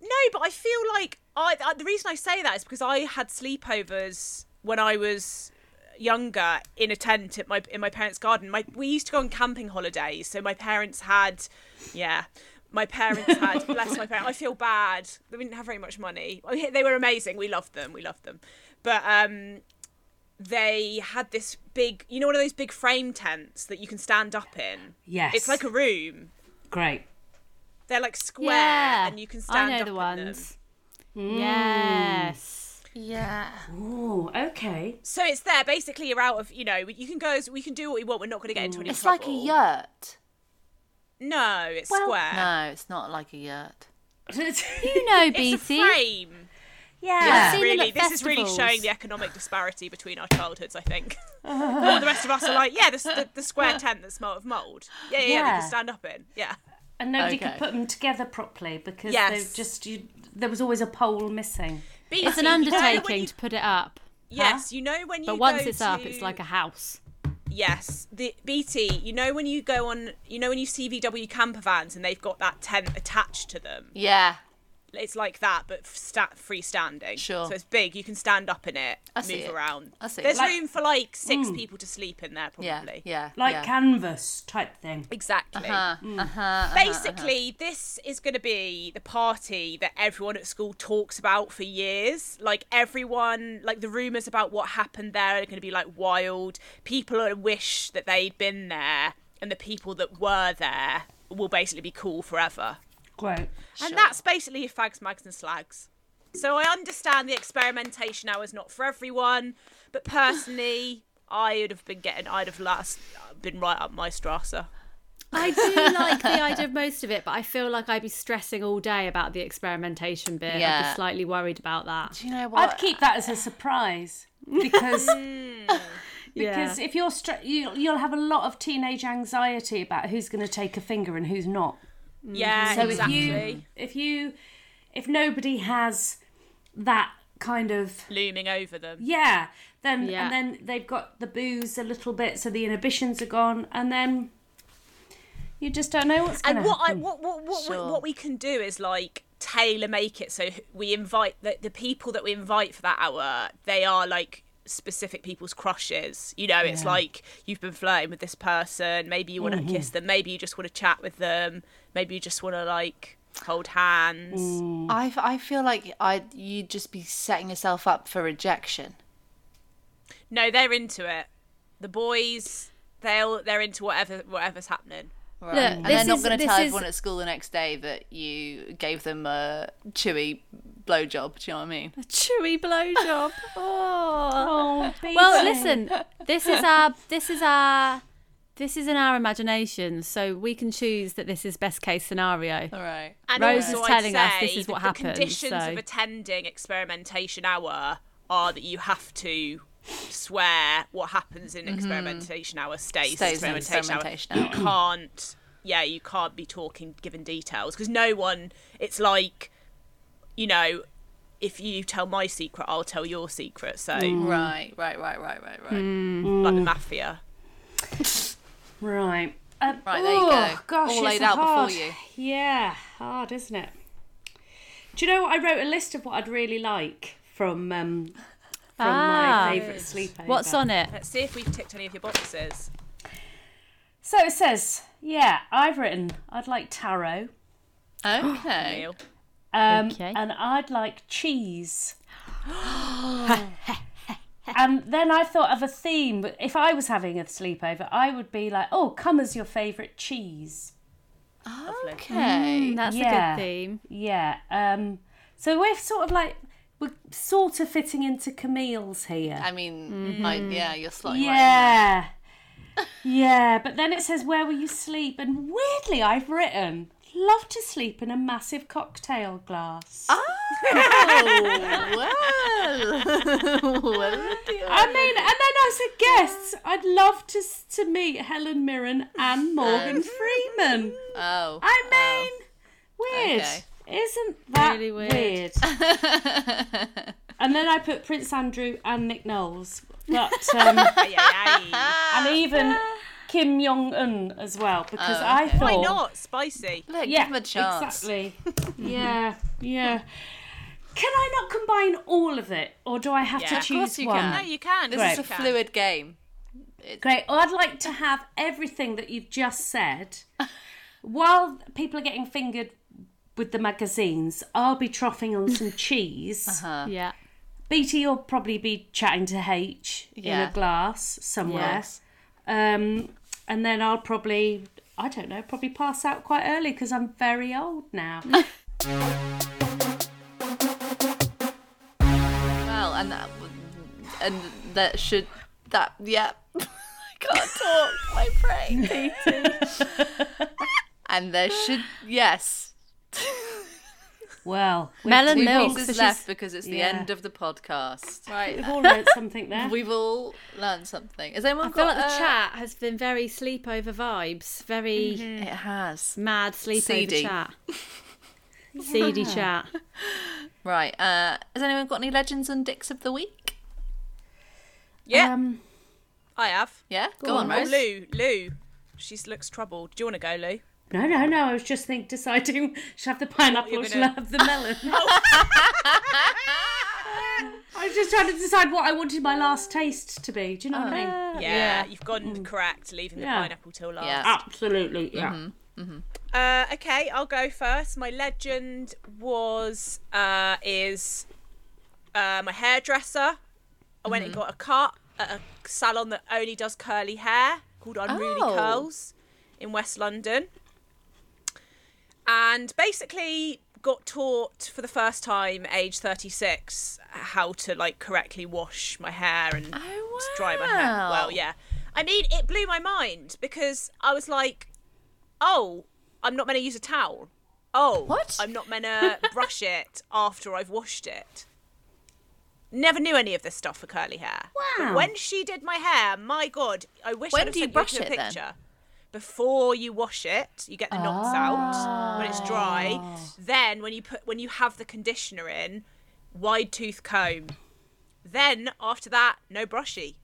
[SPEAKER 3] No, but I feel like I, I the reason I say that is because I had sleepovers when I was younger in a tent at my in my parents' garden. My we used to go on camping holidays, so my parents had yeah. My parents
[SPEAKER 2] [laughs]
[SPEAKER 3] had bless my parents. I feel bad. They didn't have very much money. I mean, They were amazing. We loved them. We loved them. But um they had this big, you know, one of those big frame tents that you can stand up in.
[SPEAKER 4] Yes.
[SPEAKER 3] It's like a room.
[SPEAKER 4] Great.
[SPEAKER 3] They're like square,
[SPEAKER 2] yeah.
[SPEAKER 3] and you can stand
[SPEAKER 2] I know
[SPEAKER 3] up
[SPEAKER 2] the
[SPEAKER 3] in them.
[SPEAKER 2] ones. Yes.
[SPEAKER 1] Yeah.
[SPEAKER 4] Oh, okay. [laughs]
[SPEAKER 3] So it's there. Basically, you're out of. You know, you can go. as- We can do what we want. We're not going to get into any
[SPEAKER 1] It's
[SPEAKER 3] trouble.
[SPEAKER 1] like a yurt.
[SPEAKER 3] No, it's
[SPEAKER 4] Well,
[SPEAKER 3] square.
[SPEAKER 1] No, it's not like a yurt.
[SPEAKER 2] You know,
[SPEAKER 3] It's
[SPEAKER 2] BT.
[SPEAKER 3] a frame.
[SPEAKER 4] yeah.
[SPEAKER 2] Seen them
[SPEAKER 3] Really,
[SPEAKER 2] at
[SPEAKER 3] this is really showing
[SPEAKER 2] festivals.
[SPEAKER 3] the economic disparity between our childhoods. I think. [laughs] All the rest of us are like, yeah, the, the, the square tent that's smelled of mold. Yeah, yeah, yeah. They
[SPEAKER 4] Yeah.
[SPEAKER 3] can stand up in. Yeah.
[SPEAKER 4] And nobody
[SPEAKER 1] Okay.
[SPEAKER 4] could put them together properly because
[SPEAKER 3] Yes.
[SPEAKER 4] they've just you, there was always a pole missing.
[SPEAKER 3] BT,
[SPEAKER 2] It's an
[SPEAKER 3] you know when
[SPEAKER 2] undertaking
[SPEAKER 3] you-
[SPEAKER 2] to put it up,
[SPEAKER 3] yes, you know when you.
[SPEAKER 2] but once
[SPEAKER 3] go
[SPEAKER 2] it's up,
[SPEAKER 3] to-
[SPEAKER 2] it's like a house.
[SPEAKER 3] Yes, the BT. You know when you go on. You know when you see VW camper vans and they've got that tent attached to them.
[SPEAKER 1] Yeah.
[SPEAKER 3] it's like that, but sta- freestanding.
[SPEAKER 1] Sure.
[SPEAKER 3] So it's big. You can stand up in it,
[SPEAKER 1] I
[SPEAKER 3] move
[SPEAKER 1] see it.
[SPEAKER 3] around.
[SPEAKER 1] I see it.
[SPEAKER 3] There's
[SPEAKER 1] Like- Mm.
[SPEAKER 3] room for like six people to sleep in there,
[SPEAKER 1] Yeah.
[SPEAKER 3] probably.
[SPEAKER 1] Yeah.
[SPEAKER 4] Like
[SPEAKER 1] yeah.
[SPEAKER 4] canvas type thing.
[SPEAKER 3] Exactly.
[SPEAKER 1] Uh, uh-huh.
[SPEAKER 3] Basically, this is going to be the party that everyone at school talks about for years. Like everyone, like the rumors about what happened there are going to be like wild. People are- wish that they'd been there, and the people that were there will basically be cool forever.
[SPEAKER 4] Great.
[SPEAKER 3] And that's basically your fags, mags, and slags. So I understand the experimentation hour is not for everyone, but
[SPEAKER 4] [sighs]
[SPEAKER 3] personally, I'd have been getting, I'd have last been right up my Strasser.
[SPEAKER 2] I do like [laughs] the idea of most of it, but I feel like I'd be stressing all day about the experimentation bit. I'd
[SPEAKER 1] Yeah.
[SPEAKER 2] be slightly worried about that.
[SPEAKER 1] Do you know what?
[SPEAKER 4] I'd keep that as a surprise
[SPEAKER 3] [laughs]
[SPEAKER 4] because because
[SPEAKER 2] yeah.
[SPEAKER 4] if you're stra- you, you'll have a lot of teenage anxiety about who's going to take a finger and who's not.
[SPEAKER 3] Yeah,
[SPEAKER 4] Mm. So
[SPEAKER 3] exactly.
[SPEAKER 4] if you if you if nobody has that kind of
[SPEAKER 3] Looming over them.
[SPEAKER 4] yeah, then
[SPEAKER 2] Yeah.
[SPEAKER 4] and then they've got the booze a little bit, so the inhibitions are gone, and then you just don't know what's going to
[SPEAKER 3] And what, I, [laughs]
[SPEAKER 4] happen.
[SPEAKER 3] what, what, what,
[SPEAKER 1] Sure.
[SPEAKER 3] what we can do is like tailor make it so we invite the, the people that we invite for that hour, they are like specific people's crushes. You know, it's like you've been flirting with this person, maybe you want to kiss them, maybe you just want to chat with them, maybe you just want to like hold hands.
[SPEAKER 1] I, I feel like I you'd just be setting yourself up for rejection.
[SPEAKER 3] No, they're into it. The boys, they'll they're into whatever whatever's happening.
[SPEAKER 1] Right.
[SPEAKER 2] Look,
[SPEAKER 1] and
[SPEAKER 2] this
[SPEAKER 1] they're not
[SPEAKER 2] is-
[SPEAKER 1] going to
[SPEAKER 2] this
[SPEAKER 1] tell
[SPEAKER 2] is-
[SPEAKER 1] everyone at school the next day that you gave them a chewy blowjob. Do you know what I mean?
[SPEAKER 2] Chewy blowjob. Oh.
[SPEAKER 4] Oh,
[SPEAKER 2] Well,
[SPEAKER 4] BJ.
[SPEAKER 2] listen. This is our. This is our. This is in our imagination, so we can choose that this is best case scenario.
[SPEAKER 1] All right.
[SPEAKER 3] And
[SPEAKER 2] Rose
[SPEAKER 3] also,
[SPEAKER 2] is
[SPEAKER 3] I'd
[SPEAKER 2] telling us this
[SPEAKER 3] say
[SPEAKER 2] is what
[SPEAKER 3] that the
[SPEAKER 2] happened,
[SPEAKER 3] conditions
[SPEAKER 2] so-
[SPEAKER 3] of attending experimentation hour are that you have to swear what happens in experimentation hour stays,
[SPEAKER 1] Stays in
[SPEAKER 3] experimentation,
[SPEAKER 1] experimentation
[SPEAKER 3] hour. You can't, yeah, you can't be talking, giving details because no one. It's like, you know, if you tell my secret, I'll tell your secret. So
[SPEAKER 1] Mm. Right, right, right, right, right, right.
[SPEAKER 3] like the mafia.
[SPEAKER 4] right, Um,
[SPEAKER 1] Right, there you
[SPEAKER 4] oh,
[SPEAKER 1] go.
[SPEAKER 4] Gosh,
[SPEAKER 1] All
[SPEAKER 4] it's
[SPEAKER 1] laid out before
[SPEAKER 4] hard.
[SPEAKER 1] you.
[SPEAKER 4] Yeah, hard, isn't it? Do you know what? I wrote a list of what I'd really like from um, from
[SPEAKER 2] Ah.
[SPEAKER 4] my favourite sleepover.
[SPEAKER 2] What's on it?
[SPEAKER 3] Let's see if we've ticked any of your boxes.
[SPEAKER 4] So it says, yeah, I've written. I'd like tarot,
[SPEAKER 1] [gasps] Okay.
[SPEAKER 3] Neil.
[SPEAKER 4] um,
[SPEAKER 2] Okay.
[SPEAKER 4] and I'd like cheese. [gasps] and then I thought of a theme. But If I was having a sleepover, I would be like, "Oh, come as your favourite cheese."
[SPEAKER 1] Okay.
[SPEAKER 2] That's
[SPEAKER 4] Yeah.
[SPEAKER 2] a good theme.
[SPEAKER 4] Yeah. Um, so we're sort of like we're sort of fitting into Camille's here.
[SPEAKER 1] I mean, I, yeah, you're slotting right in there.
[SPEAKER 4] yeah. yeah, but then it says where will you sleep, and weirdly I've written love to sleep in a massive cocktail glass.
[SPEAKER 1] Oh, well. Well, dear.
[SPEAKER 4] I mean, and then as a guest, I'd love to s- to meet Helen Mirren and Morgan Freeman.
[SPEAKER 1] [laughs] Oh.
[SPEAKER 4] I mean, weird.
[SPEAKER 1] Okay.
[SPEAKER 4] Isn't that
[SPEAKER 2] Really weird.
[SPEAKER 4] weird?
[SPEAKER 1] Oh. [laughs]
[SPEAKER 4] and then I put Prince Andrew and Nick Knowles, but um,
[SPEAKER 3] Ay, ay,
[SPEAKER 4] [laughs]
[SPEAKER 3] ay.
[SPEAKER 4] and even Kim Jong Un as well because I thought
[SPEAKER 3] Why not? Spicy.
[SPEAKER 1] Look,
[SPEAKER 4] Yeah,
[SPEAKER 1] give him a chance.
[SPEAKER 4] exactly. yeah, yeah. Can I not combine all of it, or do I have
[SPEAKER 3] Yeah,
[SPEAKER 4] to
[SPEAKER 3] of
[SPEAKER 4] choose
[SPEAKER 1] course you
[SPEAKER 4] one?
[SPEAKER 1] can.
[SPEAKER 3] No, you can.
[SPEAKER 1] This is
[SPEAKER 4] Great.
[SPEAKER 1] a fluid game.
[SPEAKER 4] Great. Or I'd like to have everything that you've just said. While people are getting fingered with the magazines, I'll be troughing on
[SPEAKER 1] [laughs]
[SPEAKER 4] some cheese.
[SPEAKER 1] Uh-huh.
[SPEAKER 2] Yeah.
[SPEAKER 4] BT will probably be chatting to H in
[SPEAKER 1] Yeah.
[SPEAKER 4] a glass somewhere.
[SPEAKER 1] Yes.
[SPEAKER 4] Um, and then I'll probably, I don't know, probably pass out quite early because I'm very old
[SPEAKER 1] [laughs]
[SPEAKER 4] now.
[SPEAKER 1] Well, and that and that should that yeah. [laughs] I can't talk. My [laughs] brain And there should yes.
[SPEAKER 4] well, we've,
[SPEAKER 2] Melon
[SPEAKER 1] Two
[SPEAKER 2] milk.
[SPEAKER 1] pieces
[SPEAKER 2] so she's-
[SPEAKER 1] left because it's the
[SPEAKER 4] Yeah.
[SPEAKER 1] end of the podcast.
[SPEAKER 4] we've
[SPEAKER 1] Right. [laughs]
[SPEAKER 4] all learnt something there.
[SPEAKER 1] We've all learned something. Is anyone
[SPEAKER 2] I feel like the
[SPEAKER 1] got, uh,
[SPEAKER 2] chat has been very sleepover vibes, very
[SPEAKER 1] It has.
[SPEAKER 2] mad sleepover
[SPEAKER 1] Mm-hmm. Seedy.
[SPEAKER 2] chat. Seedy chat.
[SPEAKER 1] Right. Uh, has anyone got any legends and dicks of the week?
[SPEAKER 3] Yeah,
[SPEAKER 4] Um,
[SPEAKER 3] I have.
[SPEAKER 1] Yeah. Go, on,
[SPEAKER 3] Oh,
[SPEAKER 1] Rose.
[SPEAKER 3] Lou, Lou. She looks troubled. Do you want to go, Lou?
[SPEAKER 4] no, no, no. I was just think, deciding [laughs] should I have the pineapple or
[SPEAKER 3] You're
[SPEAKER 4] should I
[SPEAKER 3] gonna-
[SPEAKER 4] have the
[SPEAKER 2] [laughs]
[SPEAKER 4] melon? I was just trying to decide what I wanted my last taste to be. Do you know what I mean?
[SPEAKER 2] Ah.
[SPEAKER 3] Yeah, you've gone correct, leaving the
[SPEAKER 4] Yeah.
[SPEAKER 3] pineapple till last.
[SPEAKER 1] Yeah.
[SPEAKER 4] Absolutely, yeah.
[SPEAKER 2] Mm-hmm.
[SPEAKER 3] Uh, okay, I'll go first. My legend was uh, is uh, my hairdresser. I went and got a cut at a salon that only does curly hair called Unruly
[SPEAKER 1] Oh.
[SPEAKER 3] Curls in West London, and basically got taught for the first time, age thirty six, how to like correctly wash my hair and
[SPEAKER 1] Oh,
[SPEAKER 3] to dry my hair.
[SPEAKER 1] wow.
[SPEAKER 3] Well, yeah. I mean, it blew my mind because I was like, oh, I'm not meant to use a towel. Oh,
[SPEAKER 1] What?
[SPEAKER 3] I'm not meant to
[SPEAKER 1] [laughs]
[SPEAKER 3] brush it after I've washed it. Never knew any of this stuff for curly hair. But
[SPEAKER 4] Wow.
[SPEAKER 3] When she did my hair, my God, I wish
[SPEAKER 1] When
[SPEAKER 3] I'd have
[SPEAKER 1] do you
[SPEAKER 3] sent
[SPEAKER 1] brush
[SPEAKER 3] you a
[SPEAKER 1] it then?
[SPEAKER 3] picture. Before you wash it, you get the knots out when it's
[SPEAKER 1] Ah.
[SPEAKER 3] dry. Then when you put when you have the conditioner in, wide tooth comb. Then after that, no brushy.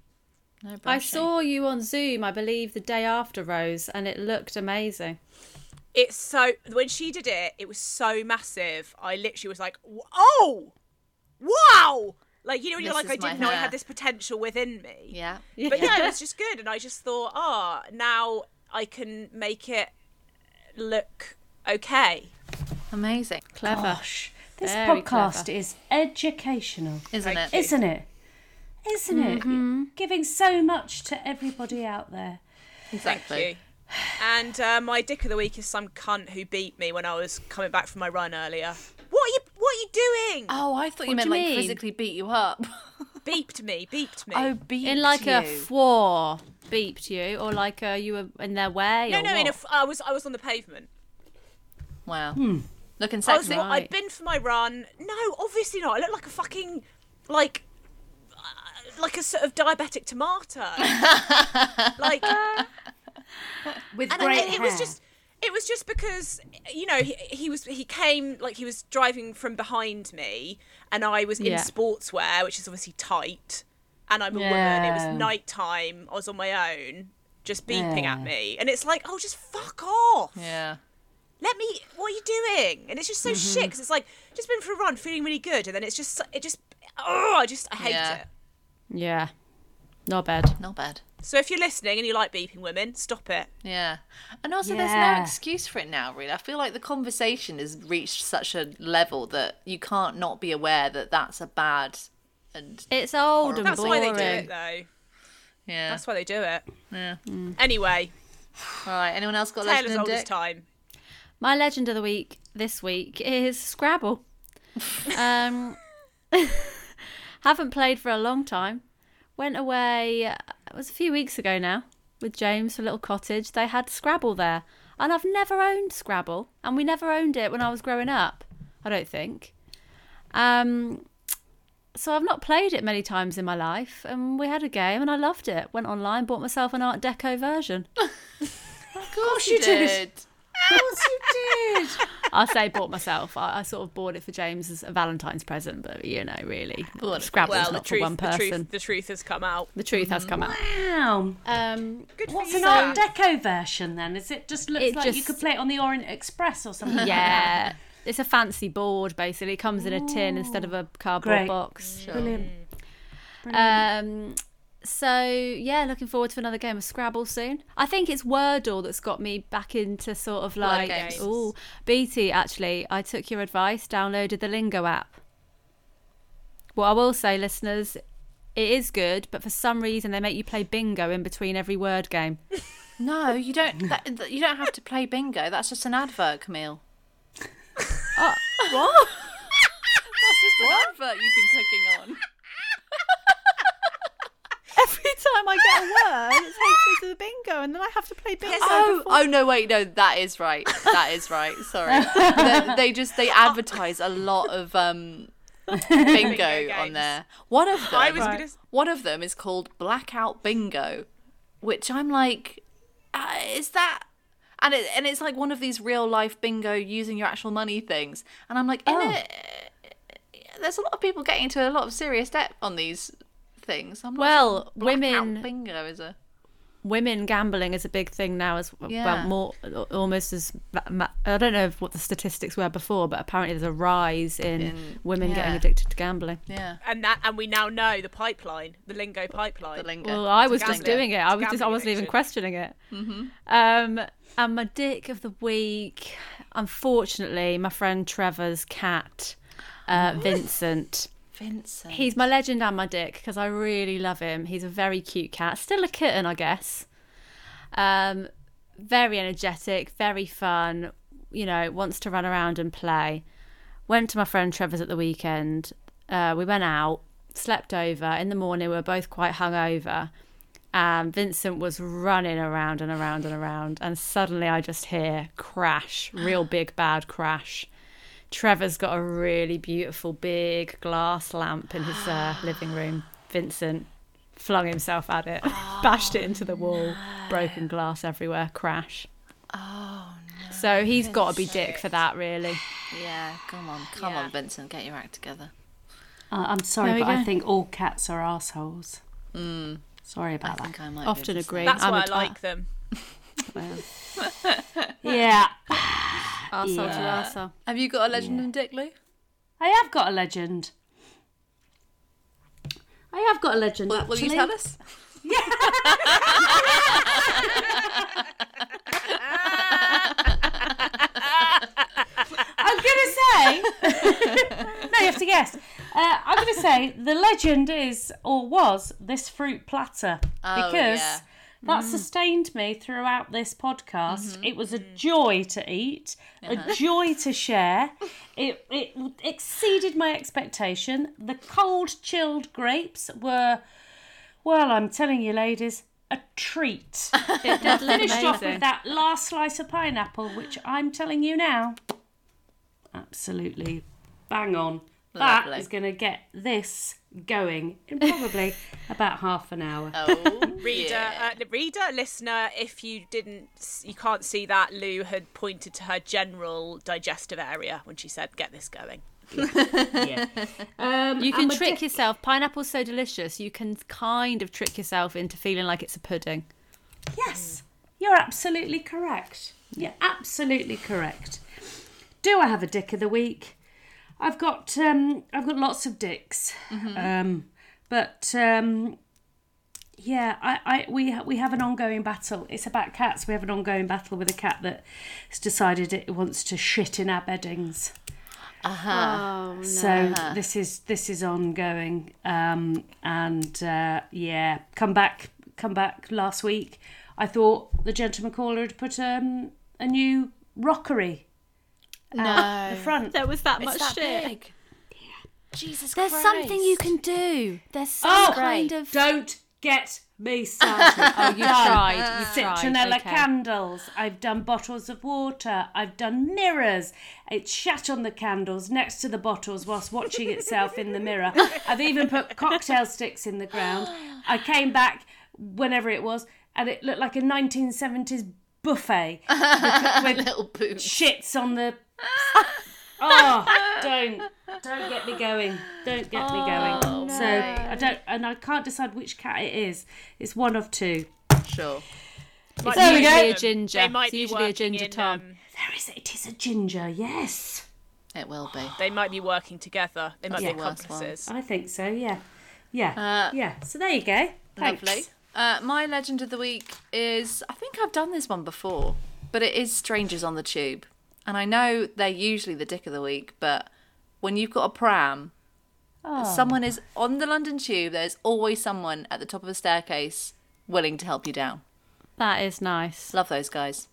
[SPEAKER 1] No
[SPEAKER 2] I
[SPEAKER 1] brushing.
[SPEAKER 2] saw you on Zoom, I believe, the day after Rose, and it looked amazing.
[SPEAKER 3] It's so when she did it, it was so massive. I literally was like, "W- "Oh, wow!" Like you know, when you're
[SPEAKER 1] This
[SPEAKER 3] like,
[SPEAKER 1] is
[SPEAKER 3] "I
[SPEAKER 1] my
[SPEAKER 3] didn't know I
[SPEAKER 1] hair."
[SPEAKER 3] had this potential within me."
[SPEAKER 1] Yeah.
[SPEAKER 3] But
[SPEAKER 1] [laughs]
[SPEAKER 3] yeah,
[SPEAKER 2] [laughs]
[SPEAKER 3] it was just good, and I just thought, "Ah, now I can make it look okay."
[SPEAKER 1] Amazing.
[SPEAKER 2] Clever.
[SPEAKER 4] Gosh, this
[SPEAKER 2] Very
[SPEAKER 4] podcast
[SPEAKER 2] clever.
[SPEAKER 4] is educational,
[SPEAKER 1] Isn't it?
[SPEAKER 4] isn't it? Isn't
[SPEAKER 2] Mm-hmm.
[SPEAKER 4] it? Giving so much to everybody out there.
[SPEAKER 1] exactly.
[SPEAKER 3] Thank you. And uh, my dick of the week is some cunt who beat me when I was coming back from my run earlier. What are you? What are you doing?
[SPEAKER 1] Oh, I thought you meant
[SPEAKER 2] do you
[SPEAKER 1] like
[SPEAKER 2] mean?
[SPEAKER 1] physically beat you up. [laughs]
[SPEAKER 3] Beeped me. Beeped me.
[SPEAKER 1] oh, beat
[SPEAKER 2] In like
[SPEAKER 1] you.
[SPEAKER 2] a four beeped you, or like uh, you were in their way.
[SPEAKER 3] no,
[SPEAKER 2] or
[SPEAKER 3] no. In a
[SPEAKER 2] what?
[SPEAKER 3] f- I was. I was on the pavement.
[SPEAKER 1] Wow. Looking
[SPEAKER 3] I was,
[SPEAKER 1] sexy.
[SPEAKER 3] wa-
[SPEAKER 2] Right.
[SPEAKER 3] I'd been for my run. No, obviously not. I look like a fucking like uh, like a sort of diabetic tomato. like
[SPEAKER 4] With
[SPEAKER 3] and I-
[SPEAKER 4] great
[SPEAKER 3] it,
[SPEAKER 4] hair.
[SPEAKER 3] was just it was just because you know he, he was he came like he was driving from behind me and I was in
[SPEAKER 2] Yeah.
[SPEAKER 3] sportswear which is obviously tight and I'm a woman. It
[SPEAKER 4] Yeah.
[SPEAKER 3] was night time. I was on my own just beeping at
[SPEAKER 4] Yeah.
[SPEAKER 3] me and it's like oh just fuck off
[SPEAKER 1] yeah.
[SPEAKER 3] let me what are you doing and it's just so shit 'cause shit because it's like just been for a run feeling really good and then it's just so- it just oh i just i hate
[SPEAKER 1] Yeah.
[SPEAKER 3] it
[SPEAKER 2] Yeah. Not bad.
[SPEAKER 1] Not bad.
[SPEAKER 3] so if you're listening and you like beeping women stop it
[SPEAKER 1] Yeah. And also, there's
[SPEAKER 4] Yeah.
[SPEAKER 1] no excuse for it now, really. I feel like the conversation has reached such a level that you can't not be aware that that's a bad and.
[SPEAKER 2] It's old and
[SPEAKER 3] that's why
[SPEAKER 2] boring.
[SPEAKER 3] they do it though
[SPEAKER 1] Yeah.
[SPEAKER 3] that's why they do it yeah anyway
[SPEAKER 1] All right. Anyone else got
[SPEAKER 3] taylor's
[SPEAKER 1] legend
[SPEAKER 3] old
[SPEAKER 1] and
[SPEAKER 3] as
[SPEAKER 1] dick?
[SPEAKER 3] time
[SPEAKER 2] My legend of the week this week is Scrabble. um, [laughs] haven't played for a long time. Went away, uh, it was a few weeks ago now, with James for a little cottage. They had Scrabble there. And I've never owned Scrabble, and we never owned it when I was growing up. I don't think. Um, so I've not played it many times in my life, and we had a game, and I loved it. Went online, bought myself an Art Deco version.
[SPEAKER 1] Of course
[SPEAKER 4] you did. Of course you did.
[SPEAKER 2] I say bought myself. I, I sort of bought it for James as a Valentine's present, but you know, really,
[SPEAKER 1] Well,
[SPEAKER 2] Scrabble's
[SPEAKER 3] Well, the
[SPEAKER 2] not
[SPEAKER 3] truth,
[SPEAKER 2] for one
[SPEAKER 3] the
[SPEAKER 2] person.
[SPEAKER 3] truth, the truth has come out.
[SPEAKER 2] has come out.
[SPEAKER 4] Wow.
[SPEAKER 3] Mm-hmm.
[SPEAKER 2] Um,
[SPEAKER 3] Good
[SPEAKER 4] What's
[SPEAKER 3] for
[SPEAKER 4] an
[SPEAKER 3] you,
[SPEAKER 4] Art
[SPEAKER 3] Sam.
[SPEAKER 4] Deco version then? Is it just looks
[SPEAKER 2] It
[SPEAKER 4] like you
[SPEAKER 2] just-
[SPEAKER 4] could play it on the Orient Express or something?
[SPEAKER 2] yeah, it's a fancy board. Basically, it comes in a tin instead of a cardboard
[SPEAKER 4] Great.
[SPEAKER 2] box.
[SPEAKER 4] Brilliant.
[SPEAKER 2] Um, so yeah, looking forward to another game of Scrabble soon. I think it's Wordle that's got me back into sort of like,
[SPEAKER 1] games.
[SPEAKER 2] oh, BT. Actually, I took your advice, downloaded the Lingo app. Well, I will say, listeners, it is good, but for some reason they make you play bingo in between every word game.
[SPEAKER 1] No, you don't. That, that- you don't have to play bingo. That's just an advert, Camille. [laughs]
[SPEAKER 2] Oh, what?
[SPEAKER 1] That's just an advert you've been clicking on.
[SPEAKER 2] Every time I get a word, it takes me to the bingo, and then I have to play bingo.
[SPEAKER 1] Oh, oh no, wait, no, that is right. That is right.
[SPEAKER 2] [laughs]
[SPEAKER 1] Sorry, they, they just they advertise a lot of um,
[SPEAKER 2] [laughs]
[SPEAKER 1] bingo, on
[SPEAKER 3] games.
[SPEAKER 1] there. One of them,
[SPEAKER 3] I was gonna s-
[SPEAKER 1] one of them is called Blackout Bingo, which I'm like, uh, is that? And it and it's like one of these real life bingo using your actual money things, and I'm like, in
[SPEAKER 2] Oh."
[SPEAKER 1] it, there's a lot of people getting into a lot of serious debt on these things. I'm not
[SPEAKER 2] Well,
[SPEAKER 1] sure Blackout
[SPEAKER 2] women-
[SPEAKER 1] bingo is a
[SPEAKER 2] women gambling is a big thing now as
[SPEAKER 1] Yeah.
[SPEAKER 2] well more almost as i don't know what the statistics were before but apparently there's a rise in,
[SPEAKER 1] In-
[SPEAKER 2] women getting
[SPEAKER 1] yeah.
[SPEAKER 2] addicted to gambling
[SPEAKER 1] yeah.
[SPEAKER 3] And that, and we now know the pipeline, the lingo pipeline.
[SPEAKER 1] The lingo.
[SPEAKER 2] well i was just doing
[SPEAKER 3] gambling.
[SPEAKER 2] it i
[SPEAKER 3] It's
[SPEAKER 2] was just i
[SPEAKER 3] gambling
[SPEAKER 2] wasn't even
[SPEAKER 3] addiction.
[SPEAKER 2] questioning it um and my dick of the week unfortunately my friend trevor's cat uh, vincent
[SPEAKER 1] Vincent.
[SPEAKER 2] He's my legend and my dick because I really love him. He's a very cute cat, still a kitten, I guess. Um, very energetic, very fun. You know, wants to run around and play. Went to my friend Trevor's at the weekend. Uh, we went out, slept over. In the morning, we were both quite hungover. And Vincent was running around and around and around. And suddenly, I just hear crash, real big bad crash. Trevor's got a really beautiful big glass lamp in his [gasps] uh, living room. Vincent flung himself at it, [laughs] bashed it into the wall, broken glass everywhere, crash. Oh no. So he's got to be dick for that, really.
[SPEAKER 1] Yeah, come on, come
[SPEAKER 3] Yeah.
[SPEAKER 1] on, Vincent, get your act together.
[SPEAKER 4] Uh, I'm sorry,
[SPEAKER 2] There we
[SPEAKER 4] but I
[SPEAKER 2] go.
[SPEAKER 4] think all cats are assholes. Sorry about
[SPEAKER 1] Hmm. I
[SPEAKER 4] that.
[SPEAKER 1] think I might
[SPEAKER 2] Often
[SPEAKER 1] visit
[SPEAKER 2] agree.
[SPEAKER 3] That's
[SPEAKER 2] I'm a-
[SPEAKER 3] why I like them.
[SPEAKER 4] yeah,
[SPEAKER 2] Arsehole to arsehole.
[SPEAKER 1] that. Have you got a legend in Dick Lou?
[SPEAKER 4] I have got a legend. I have got a legend.
[SPEAKER 1] Will, will you
[SPEAKER 4] actually.
[SPEAKER 1] tell us?
[SPEAKER 4] I'm gonna say. no, you have to guess. Uh, I'm gonna say the legend is or was this fruit platter
[SPEAKER 1] Oh,
[SPEAKER 4] because
[SPEAKER 1] yeah. Mm.
[SPEAKER 4] that sustained me throughout this podcast.
[SPEAKER 1] Mm-hmm.
[SPEAKER 4] It was a joy to eat,
[SPEAKER 1] Uh-huh. [laughs]
[SPEAKER 4] a joy to share. It it exceeded my expectation. The cold chilled grapes were, well, I'm telling you, ladies. A
[SPEAKER 2] [laughs]
[SPEAKER 4] treat. Finished off with that last slice of pineapple, which I'm telling you now, absolutely bang on. That
[SPEAKER 1] Lovely.
[SPEAKER 4] is going to get this going
[SPEAKER 2] [laughs]
[SPEAKER 4] in probably about half an hour.
[SPEAKER 1] Oh, [laughs]
[SPEAKER 3] Reader, uh, the reader, listener, if you didn't, s- you can't see that Lou had pointed to her general digestive area when she said, "Get this going."
[SPEAKER 2] [laughs]
[SPEAKER 4] Yeah. Um,
[SPEAKER 2] You can
[SPEAKER 4] and my
[SPEAKER 2] trick
[SPEAKER 4] dick-
[SPEAKER 2] yourself. Pineapple's so delicious. You can kind of trick yourself into feeling like it's a [laughs] pudding.
[SPEAKER 4] Yes, you're absolutely correct. You're absolutely correct. Do I have a dick of the week? I've got um, I've got lots of dicks, um, but um, yeah, I, I we ha- we have an ongoing battle. It's about cats. We have an ongoing battle with a cat that has decided it wants to shit in our beddings.
[SPEAKER 2] Oh, no.
[SPEAKER 4] So this is this is ongoing, um, and uh, yeah, come back, come back last week. I thought the gentleman caller had put um, a new rockery at the front.
[SPEAKER 2] There was that much shit.
[SPEAKER 1] Jesus
[SPEAKER 2] There's something you can do. There's some
[SPEAKER 4] Oh,
[SPEAKER 2] kind of
[SPEAKER 4] don't Get me Santa.
[SPEAKER 2] Oh, you tried. You
[SPEAKER 4] citronella
[SPEAKER 2] tried. Okay.
[SPEAKER 4] candles. I've done bottles of water. I've done mirrors. It shat on the candles next to the bottles whilst watching itself in the mirror. I've even put cocktail sticks in the ground. I came back whenever it was, and it looked like a 1970s buffet
[SPEAKER 1] Little poo.
[SPEAKER 4] shits on the. [laughs] Oh, don't don't get me going. Don't get me going. So I don't, and I can't decide which cat it is. It's one of two.
[SPEAKER 1] Sure.
[SPEAKER 3] Might
[SPEAKER 2] There
[SPEAKER 3] be
[SPEAKER 2] we go.
[SPEAKER 3] one of
[SPEAKER 2] A
[SPEAKER 3] them.
[SPEAKER 2] ginger.
[SPEAKER 3] They might
[SPEAKER 2] It's
[SPEAKER 3] be
[SPEAKER 2] usually a
[SPEAKER 3] working
[SPEAKER 2] ginger,
[SPEAKER 3] in,
[SPEAKER 2] Tom.
[SPEAKER 3] um,
[SPEAKER 4] There is. It is a ginger. Yes,
[SPEAKER 1] It will be.
[SPEAKER 3] they might be working together. They might
[SPEAKER 1] That's the
[SPEAKER 3] be
[SPEAKER 1] worst one.
[SPEAKER 3] accomplices.
[SPEAKER 4] I think so. Yeah, yeah,
[SPEAKER 1] Uh,
[SPEAKER 4] yeah. So there you go. Thanks.
[SPEAKER 1] Lovely. Uh, my legend of the week is I think I've done this one before, but it is Strangers on the Tube. And I know they're usually the dick of the week, but when you've got a pram, someone is on the London Tube, there's always someone at the top of a staircase willing to help you down.
[SPEAKER 2] That is nice.
[SPEAKER 1] Love those guys.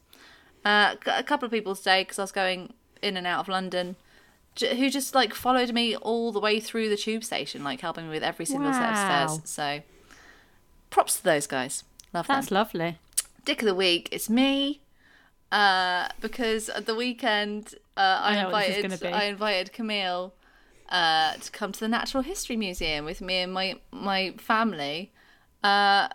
[SPEAKER 1] Uh, c- a couple of people today, because I was going in and out of London, j- who just like followed me all the way through the tube station, like helping me with every single set of
[SPEAKER 2] Wow.
[SPEAKER 1] stairs. So props to those guys. Love them
[SPEAKER 2] That's lovely.
[SPEAKER 1] dick of the week it's me uh because at the weekend uh, I,
[SPEAKER 2] know what this is
[SPEAKER 1] invited
[SPEAKER 2] gonna be.
[SPEAKER 1] I invited Camille uh to come to the Natural History Museum with me and my my family uh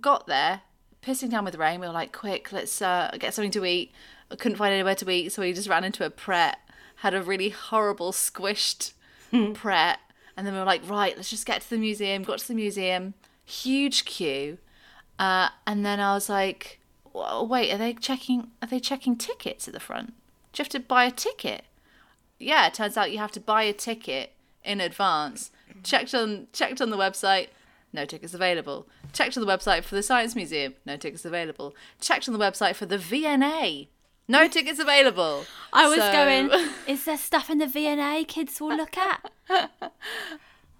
[SPEAKER 1] got there pissing down with rain we were like quick let's uh get something to eat I couldn't find anywhere to eat so we just ran into a pret had a really horrible squished
[SPEAKER 2] Hmm.
[SPEAKER 1] pret and then we were like right let's just get to the museum got to the museum huge queue uh, and then I was like, "Wha- "Wait, are they checking? Are they checking tickets at the front? Do you have to buy a ticket?" Yeah, it turns out you have to buy a ticket in advance. Checked on checked on the website, no tickets available. Checked on the website for the Science Museum, no tickets available. Checked on the website for the VNA, no tickets available.
[SPEAKER 2] I was
[SPEAKER 1] So-
[SPEAKER 2] going.
[SPEAKER 1] [laughs]
[SPEAKER 2] Is there stuff in the VNA kids will look at?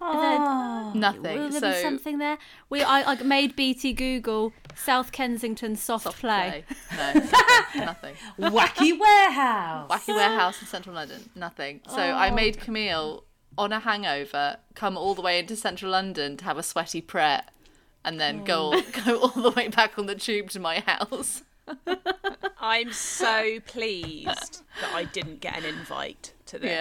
[SPEAKER 2] Oh,
[SPEAKER 1] nothing.
[SPEAKER 2] Will there
[SPEAKER 1] so
[SPEAKER 2] be something there? We I, I made BT Google South Kensington soft, play.
[SPEAKER 1] no, no, nothing. nothing.
[SPEAKER 4] [laughs] Wacky
[SPEAKER 1] [laughs]
[SPEAKER 4] warehouse.
[SPEAKER 1] Wacky Warehouse in central London. Nothing. So I
[SPEAKER 4] Oh.
[SPEAKER 1] made Camille on a hangover come all the way into central London to have a sweaty prep and then go
[SPEAKER 4] Oh.
[SPEAKER 1] go all [laughs] the way back on the tube to my
[SPEAKER 4] [laughs]
[SPEAKER 1] house.
[SPEAKER 3] I'm so pleased that I didn't get an invite to this.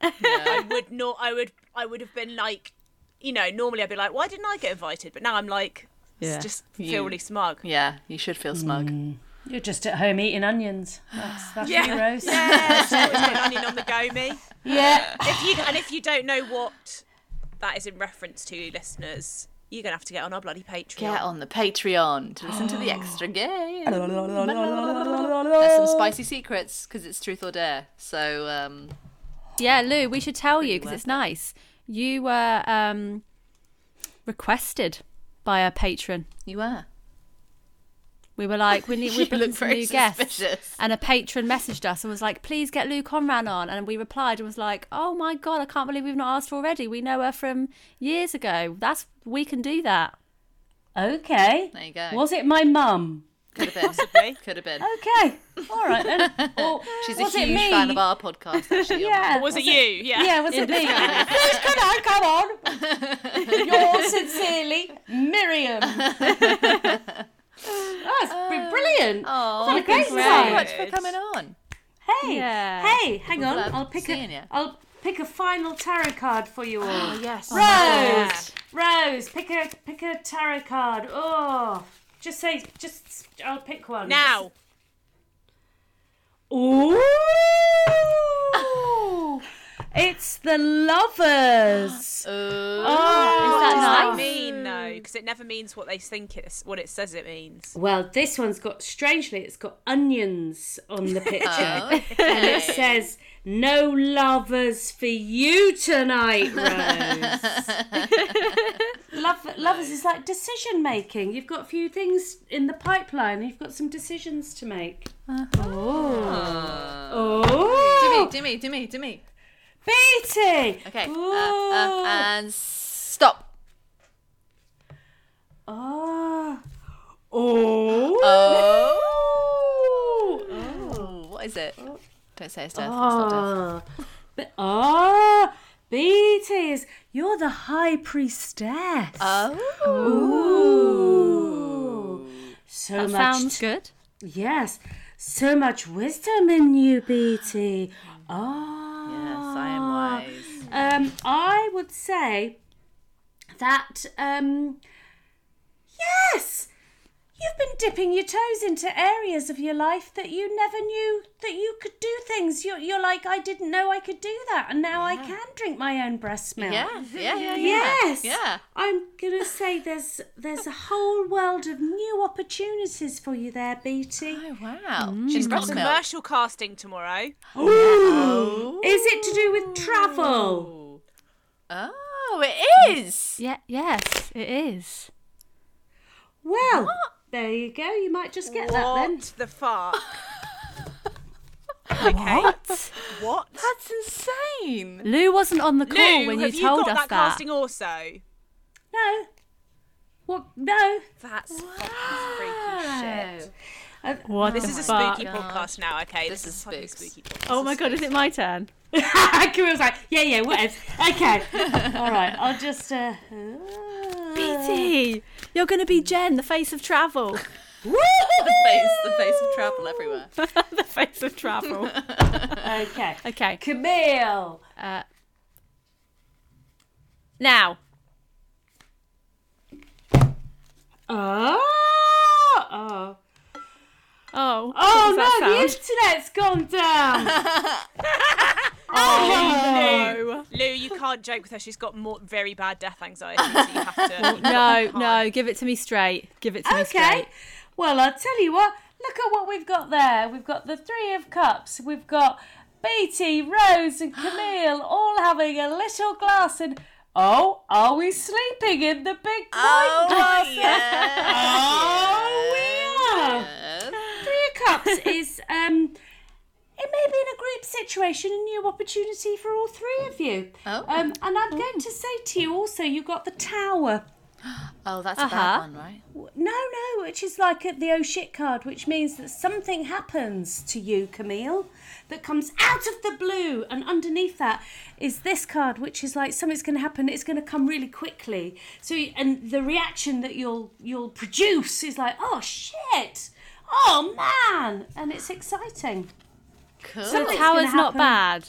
[SPEAKER 1] Yeah.
[SPEAKER 3] I would not. I would. I would have been like, you know, normally I'd be like, why didn't I get invited? But now I'm like,
[SPEAKER 2] Yeah.
[SPEAKER 3] it's just feel really smug.
[SPEAKER 1] Yeah, you should feel smug.
[SPEAKER 4] Mm. You're just at home eating onions.
[SPEAKER 1] [sighs]
[SPEAKER 4] That's, that's
[SPEAKER 3] Yeah.
[SPEAKER 4] heroes.
[SPEAKER 3] Yeah, so it's got an onion on the go, me.
[SPEAKER 4] yeah.
[SPEAKER 3] If you and if you don't know what that is in reference to, listeners, you're gonna have to get on our bloody Patreon.
[SPEAKER 1] Get on the Patreon to listen to
[SPEAKER 4] [gasps]
[SPEAKER 1] the extra game. There's
[SPEAKER 4] [laughs]
[SPEAKER 1] some spicy secrets because it's truth or dare. So um,
[SPEAKER 2] Yeah, Lou, we should tell you because
[SPEAKER 1] worth
[SPEAKER 2] it's
[SPEAKER 1] it.
[SPEAKER 2] nice. You were um, requested by a patron.
[SPEAKER 1] you were.
[SPEAKER 2] We were like, we need
[SPEAKER 1] [laughs] You
[SPEAKER 2] we bring
[SPEAKER 1] look
[SPEAKER 2] some
[SPEAKER 1] very
[SPEAKER 2] new guests,
[SPEAKER 1] suspicious.
[SPEAKER 2] and a patron messaged us and was like, please get Lou Conran on, and we replied and was like, oh my god, I can't believe we've not asked already. We know her from years ago. That's we can do that.
[SPEAKER 4] Okay.
[SPEAKER 1] There you go.
[SPEAKER 4] Was it my mum?
[SPEAKER 1] Could have
[SPEAKER 4] [laughs]
[SPEAKER 1] been.
[SPEAKER 3] Possibly.
[SPEAKER 1] Could have been.
[SPEAKER 4] Okay. All right
[SPEAKER 1] [laughs]
[SPEAKER 4] then. Or
[SPEAKER 1] She's
[SPEAKER 4] was
[SPEAKER 1] a
[SPEAKER 4] it
[SPEAKER 1] huge
[SPEAKER 4] me?
[SPEAKER 1] fan of our podcast,
[SPEAKER 4] [laughs]
[SPEAKER 1] actually. on
[SPEAKER 4] Yeah.
[SPEAKER 3] Or Was it you? Yeah.
[SPEAKER 4] Yeah, was it me? [laughs] Please come on, come
[SPEAKER 1] [laughs]
[SPEAKER 4] on. Yours sincerely,
[SPEAKER 1] [laughs]
[SPEAKER 4] Miriam. That's been brilliant.
[SPEAKER 1] Oh,
[SPEAKER 4] What a great
[SPEAKER 1] thank you so
[SPEAKER 3] great.
[SPEAKER 1] much for coming on.
[SPEAKER 4] Hey,
[SPEAKER 2] Yeah.
[SPEAKER 4] hey, hang on.
[SPEAKER 1] Love
[SPEAKER 4] I'll pick
[SPEAKER 1] seeing ya.
[SPEAKER 4] a. will pick a final tarot card for
[SPEAKER 2] Oh,
[SPEAKER 4] you all.
[SPEAKER 1] Yes.
[SPEAKER 4] Rose, Rose, pick a pick a tarot card. Oh, just say, just I'll pick one
[SPEAKER 3] Now,
[SPEAKER 2] [laughs]
[SPEAKER 4] Ooh, it's the lovers.
[SPEAKER 2] Is
[SPEAKER 4] Oh.
[SPEAKER 2] that
[SPEAKER 3] I
[SPEAKER 2] nice?
[SPEAKER 3] mean though, because it never means what they think it's what it says it means.
[SPEAKER 4] Well, this one's got strangely, it's got onions on the
[SPEAKER 1] [laughs]
[SPEAKER 4] picture,
[SPEAKER 1] Oh,
[SPEAKER 4] and it says "No lovers for you
[SPEAKER 1] [laughs]
[SPEAKER 4] tonight, Rose." Love, lovers is like decision making. You've got a few things in the pipeline. You've got some decisions to make.
[SPEAKER 1] Uh-huh.
[SPEAKER 4] Oh,
[SPEAKER 1] Do
[SPEAKER 4] oh,
[SPEAKER 1] me, do me, do me, do me.
[SPEAKER 4] Beatty.
[SPEAKER 1] Okay. Uh,
[SPEAKER 4] Ooh.
[SPEAKER 1] uh, and stop.
[SPEAKER 4] Ah. Oh.
[SPEAKER 1] Oh. Oh. What is it? Don't say it's death. It's not death.
[SPEAKER 4] Ah. But ah. BT is you're the high priestess.
[SPEAKER 1] Oh.
[SPEAKER 4] Ooh. So
[SPEAKER 2] That
[SPEAKER 4] much
[SPEAKER 2] sounds good.
[SPEAKER 4] Yes, so much wisdom in you, BT. Ah.
[SPEAKER 1] Yes, I am wise.
[SPEAKER 4] Um, I would say that um, yes, you've been dipping your toes into areas of your life that you never knew that you could do things. You're, you're like, I didn't know I could do that, and now I can drink my own breast milk.
[SPEAKER 1] Yeah, yeah, yeah, yeah.
[SPEAKER 4] Yes.
[SPEAKER 1] Yeah.
[SPEAKER 4] I'm gonna say there's there's a whole world of new opportunities for you there, BT.
[SPEAKER 1] Oh, wow. She's
[SPEAKER 3] Got
[SPEAKER 1] breast milk.
[SPEAKER 3] commercial casting tomorrow.
[SPEAKER 4] Ooh. Is it to do with travel?
[SPEAKER 1] Oh, it is.
[SPEAKER 2] Yeah, yes, it is.
[SPEAKER 4] Well, there you go. You might just get that then.
[SPEAKER 3] What the fuck? okay.
[SPEAKER 2] What?
[SPEAKER 3] What?
[SPEAKER 1] That's insane.
[SPEAKER 2] Lou wasn't on the call
[SPEAKER 3] Lou,
[SPEAKER 2] when you
[SPEAKER 3] have
[SPEAKER 2] told
[SPEAKER 3] you got
[SPEAKER 2] us
[SPEAKER 3] that,
[SPEAKER 2] that.
[SPEAKER 3] casting also?
[SPEAKER 4] No. What? No. [laughs]
[SPEAKER 3] That's fucking freaky shit.
[SPEAKER 2] What
[SPEAKER 3] This
[SPEAKER 2] the
[SPEAKER 3] is a
[SPEAKER 2] fuck?
[SPEAKER 3] spooky podcast now, okay?
[SPEAKER 1] This
[SPEAKER 3] This,
[SPEAKER 1] is
[SPEAKER 3] is fucking
[SPEAKER 1] spooks.
[SPEAKER 3] spooky. podcast.
[SPEAKER 2] [laughs] Oh my god, is it my turn?
[SPEAKER 4] Camille's like, yeah, yeah, whatever. [laughs] Okay. All right. I'll just. Uh,
[SPEAKER 2] BT, you're going to be Jen, the face of travel.
[SPEAKER 1] The face, the face of travel everywhere.
[SPEAKER 2] [laughs] the face of travel.
[SPEAKER 4] uh, Okay.
[SPEAKER 2] Okay.
[SPEAKER 4] Camille.
[SPEAKER 2] Uh, now,
[SPEAKER 4] Oh. Oh.
[SPEAKER 2] oh,
[SPEAKER 4] Oh
[SPEAKER 2] what
[SPEAKER 4] no!
[SPEAKER 2] was that
[SPEAKER 4] The
[SPEAKER 2] sound?
[SPEAKER 4] internet's gone down.
[SPEAKER 2] No,
[SPEAKER 3] Lou, you can't joke with her. She's got more very bad death anxiety, so you have to.
[SPEAKER 4] [laughs]
[SPEAKER 2] no, no, give it to me straight. Give it to me
[SPEAKER 4] Oh, Okay.
[SPEAKER 2] straight.
[SPEAKER 4] Well, I'll tell you what. Look at what we've got there. We've got the Three of Cups. We've got Beatty,
[SPEAKER 1] [gasps]
[SPEAKER 4] Rose, and Camille all having a little glass. And oh, are we sleeping in the big wine
[SPEAKER 1] Oh,
[SPEAKER 4] glasses?
[SPEAKER 1] yeah.
[SPEAKER 4] [laughs] Oh, Three of Cups is um. It may be in a group situation, a new opportunity for all three of you.
[SPEAKER 1] Oh.
[SPEAKER 4] Um, and I'm going to say to you also, you got the tower.
[SPEAKER 1] Oh, that's a
[SPEAKER 2] Uh-huh.
[SPEAKER 1] bad one, right?
[SPEAKER 4] No, no, which is like a, the oh shit card, which means that something happens to you, Camille, that comes out of the blue. And underneath that is this card, which is like something's going to happen. It's going to come really quickly. So, y- and the reaction that you'll you'll produce is like, oh shit, oh man, and it's exciting.
[SPEAKER 1] Cool.
[SPEAKER 4] So
[SPEAKER 2] The
[SPEAKER 4] it's
[SPEAKER 2] tower's
[SPEAKER 4] gonna
[SPEAKER 2] not
[SPEAKER 4] happen.
[SPEAKER 2] bad.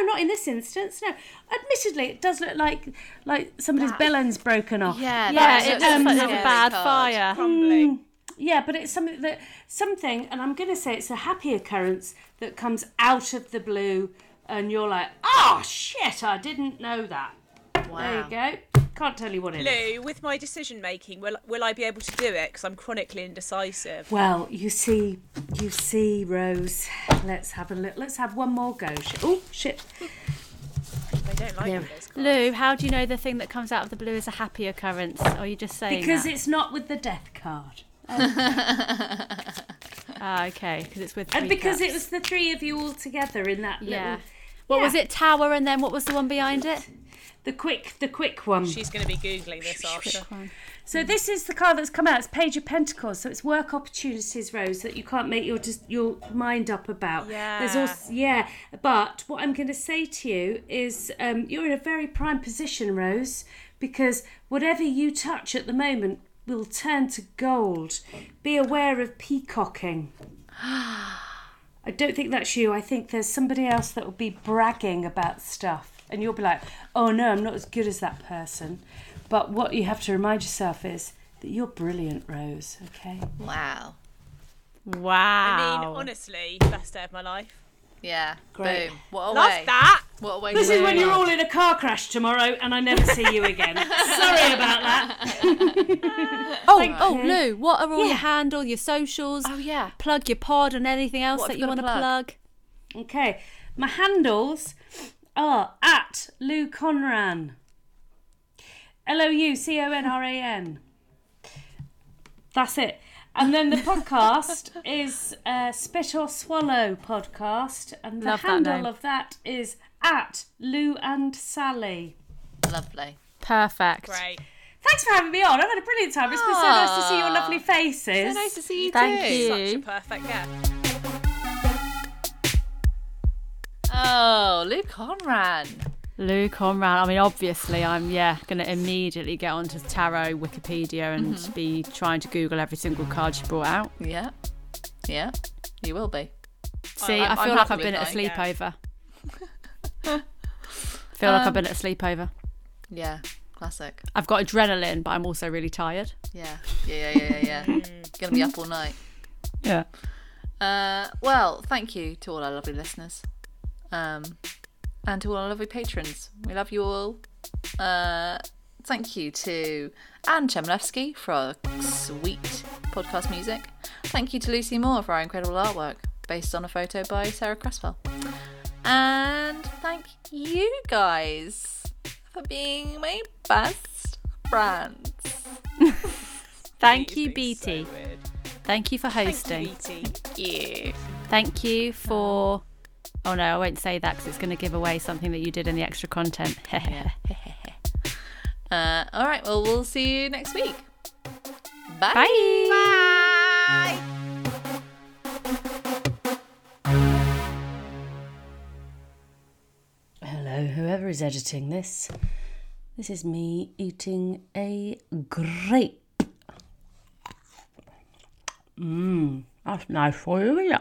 [SPEAKER 4] No, not in this instance. No, admittedly, it does look like like somebody's bell end's broken off.
[SPEAKER 1] yeah,
[SPEAKER 2] Yeah,
[SPEAKER 1] that
[SPEAKER 2] it
[SPEAKER 1] looks
[SPEAKER 2] does
[SPEAKER 1] like
[SPEAKER 2] look
[SPEAKER 1] a
[SPEAKER 2] like a
[SPEAKER 1] scary
[SPEAKER 2] bad
[SPEAKER 1] card.
[SPEAKER 2] fire.
[SPEAKER 3] Crumbling.
[SPEAKER 4] Yeah, but it's something that something, and I'm going to say it's a happy occurrence that comes out of the blue, and you're like, oh shit, I didn't know that.
[SPEAKER 1] Wow.
[SPEAKER 4] There you go. Can't tell you what it is.
[SPEAKER 3] Lou, with my decision making, will will I be able to do it? Because I'm chronically indecisive.
[SPEAKER 4] Well, you see, you see, Rose. Let's have a look. Let's have one more go. Sh- Oh shit!
[SPEAKER 3] I don't like
[SPEAKER 4] Yeah.
[SPEAKER 3] this.
[SPEAKER 2] Lou, how do you know the thing that comes out of the blue is a happy occurrence? Or are you just saying
[SPEAKER 4] Because
[SPEAKER 2] that?
[SPEAKER 4] it's not with the death card,
[SPEAKER 2] Ah, okay, because it's with.
[SPEAKER 4] and
[SPEAKER 2] three
[SPEAKER 4] because it
[SPEAKER 2] cups.
[SPEAKER 4] was the three of you all together in that
[SPEAKER 2] Yeah.
[SPEAKER 4] little,
[SPEAKER 2] What
[SPEAKER 4] yeah.
[SPEAKER 2] was it? Tower, and then what was the one behind it?
[SPEAKER 4] the quick, the quick one.
[SPEAKER 3] She's going to be googling this after.
[SPEAKER 4] So this is the card that's come out. It's Page of Pentacles. So it's work opportunities, Rose, that you can't make your just your mind up about.
[SPEAKER 3] Yeah.
[SPEAKER 4] There's also yeah. But what I'm going to say to you is, um, you're in a very prime position, Rose, because whatever you touch at the moment will turn to gold. Be aware of peacocking. I don't think that's you. I think there's somebody else that will be bragging about stuff. And you'll be like, oh no, I'm not as good as that person. But what you have to remind yourself is that you're brilliant, Rose, okay?
[SPEAKER 1] Wow.
[SPEAKER 2] Wow.
[SPEAKER 3] I mean, honestly, best day of my life.
[SPEAKER 1] Yeah.
[SPEAKER 4] Great.
[SPEAKER 1] Boom. What a
[SPEAKER 3] Love
[SPEAKER 1] way.
[SPEAKER 3] that.
[SPEAKER 1] What a way
[SPEAKER 4] This
[SPEAKER 1] to
[SPEAKER 4] is
[SPEAKER 1] live
[SPEAKER 4] when
[SPEAKER 1] your
[SPEAKER 4] you're
[SPEAKER 1] life.
[SPEAKER 4] all in a car crash tomorrow and I never see you again. Sorry about that.
[SPEAKER 2] oh, oh, Lou, what are all
[SPEAKER 4] Yeah.
[SPEAKER 2] your handle, your socials?
[SPEAKER 1] Oh, yeah.
[SPEAKER 2] Plug your pod and anything else
[SPEAKER 1] What have
[SPEAKER 2] that
[SPEAKER 1] you
[SPEAKER 2] you
[SPEAKER 1] got
[SPEAKER 2] want
[SPEAKER 1] to
[SPEAKER 2] to plug.
[SPEAKER 4] Okay, my handles are at Lou Conran. L O U C O N R A N. That's it. And then
[SPEAKER 2] [laughs]
[SPEAKER 4] the podcast is uh, Spit or Swallow podcast, and the
[SPEAKER 2] Love that
[SPEAKER 4] handle
[SPEAKER 2] name.
[SPEAKER 4] of that is at Lou and Sally.
[SPEAKER 1] Lovely.
[SPEAKER 2] Perfect.
[SPEAKER 3] Great.
[SPEAKER 4] Thanks for having me on. I've had a brilliant time. It's been so nice to
[SPEAKER 2] Ah,
[SPEAKER 4] see your lovely faces.
[SPEAKER 1] So nice to see you
[SPEAKER 2] Thank
[SPEAKER 1] too.
[SPEAKER 2] you.
[SPEAKER 3] Such a perfect get.
[SPEAKER 1] Oh, Luke Conran.
[SPEAKER 2] Lou Conrad. I mean, obviously, I'm yeah going to immediately get onto tarot Wikipedia and be trying to Google every single card she brought out.
[SPEAKER 1] Yeah. Yeah. You will be.
[SPEAKER 2] See,
[SPEAKER 1] I'm-
[SPEAKER 2] I feel
[SPEAKER 1] I'm
[SPEAKER 2] like
[SPEAKER 1] happy
[SPEAKER 2] I've been
[SPEAKER 1] with
[SPEAKER 2] at a
[SPEAKER 1] that, yeah.
[SPEAKER 2] sleepover. feel like I've been at a sleepover.
[SPEAKER 1] Yeah. Classic.
[SPEAKER 2] I've got adrenaline, but I'm also really tired.
[SPEAKER 1] Yeah. Yeah, yeah, yeah, yeah. yeah. Gonna be up all night.
[SPEAKER 2] Yeah.
[SPEAKER 1] Uh, well, thank you to all our lovely listeners, um, and to all our lovely patrons. We love you all. Uh, thank you to Anne Chemlevsky for our sweet podcast music. Thank you to Lucy Moore for our incredible artwork based on a photo by Sarah Cresswell. And thank you guys for being my best friends.
[SPEAKER 2] Thank you,
[SPEAKER 3] These things
[SPEAKER 2] BT.
[SPEAKER 3] are so weird.
[SPEAKER 2] Thank you for
[SPEAKER 3] Thank
[SPEAKER 2] hosting.
[SPEAKER 3] you, BT.
[SPEAKER 1] Yeah.
[SPEAKER 2] Thank you for. Oh no, I won't say that because it's going to give away something that you did in the extra content. [laughs]
[SPEAKER 1] Uh, all right. Well, we'll see you next week. Bye.
[SPEAKER 2] Bye.
[SPEAKER 4] Hello, whoever is editing this. This is me eating a grape. Mmm, that's nice for you, yeah.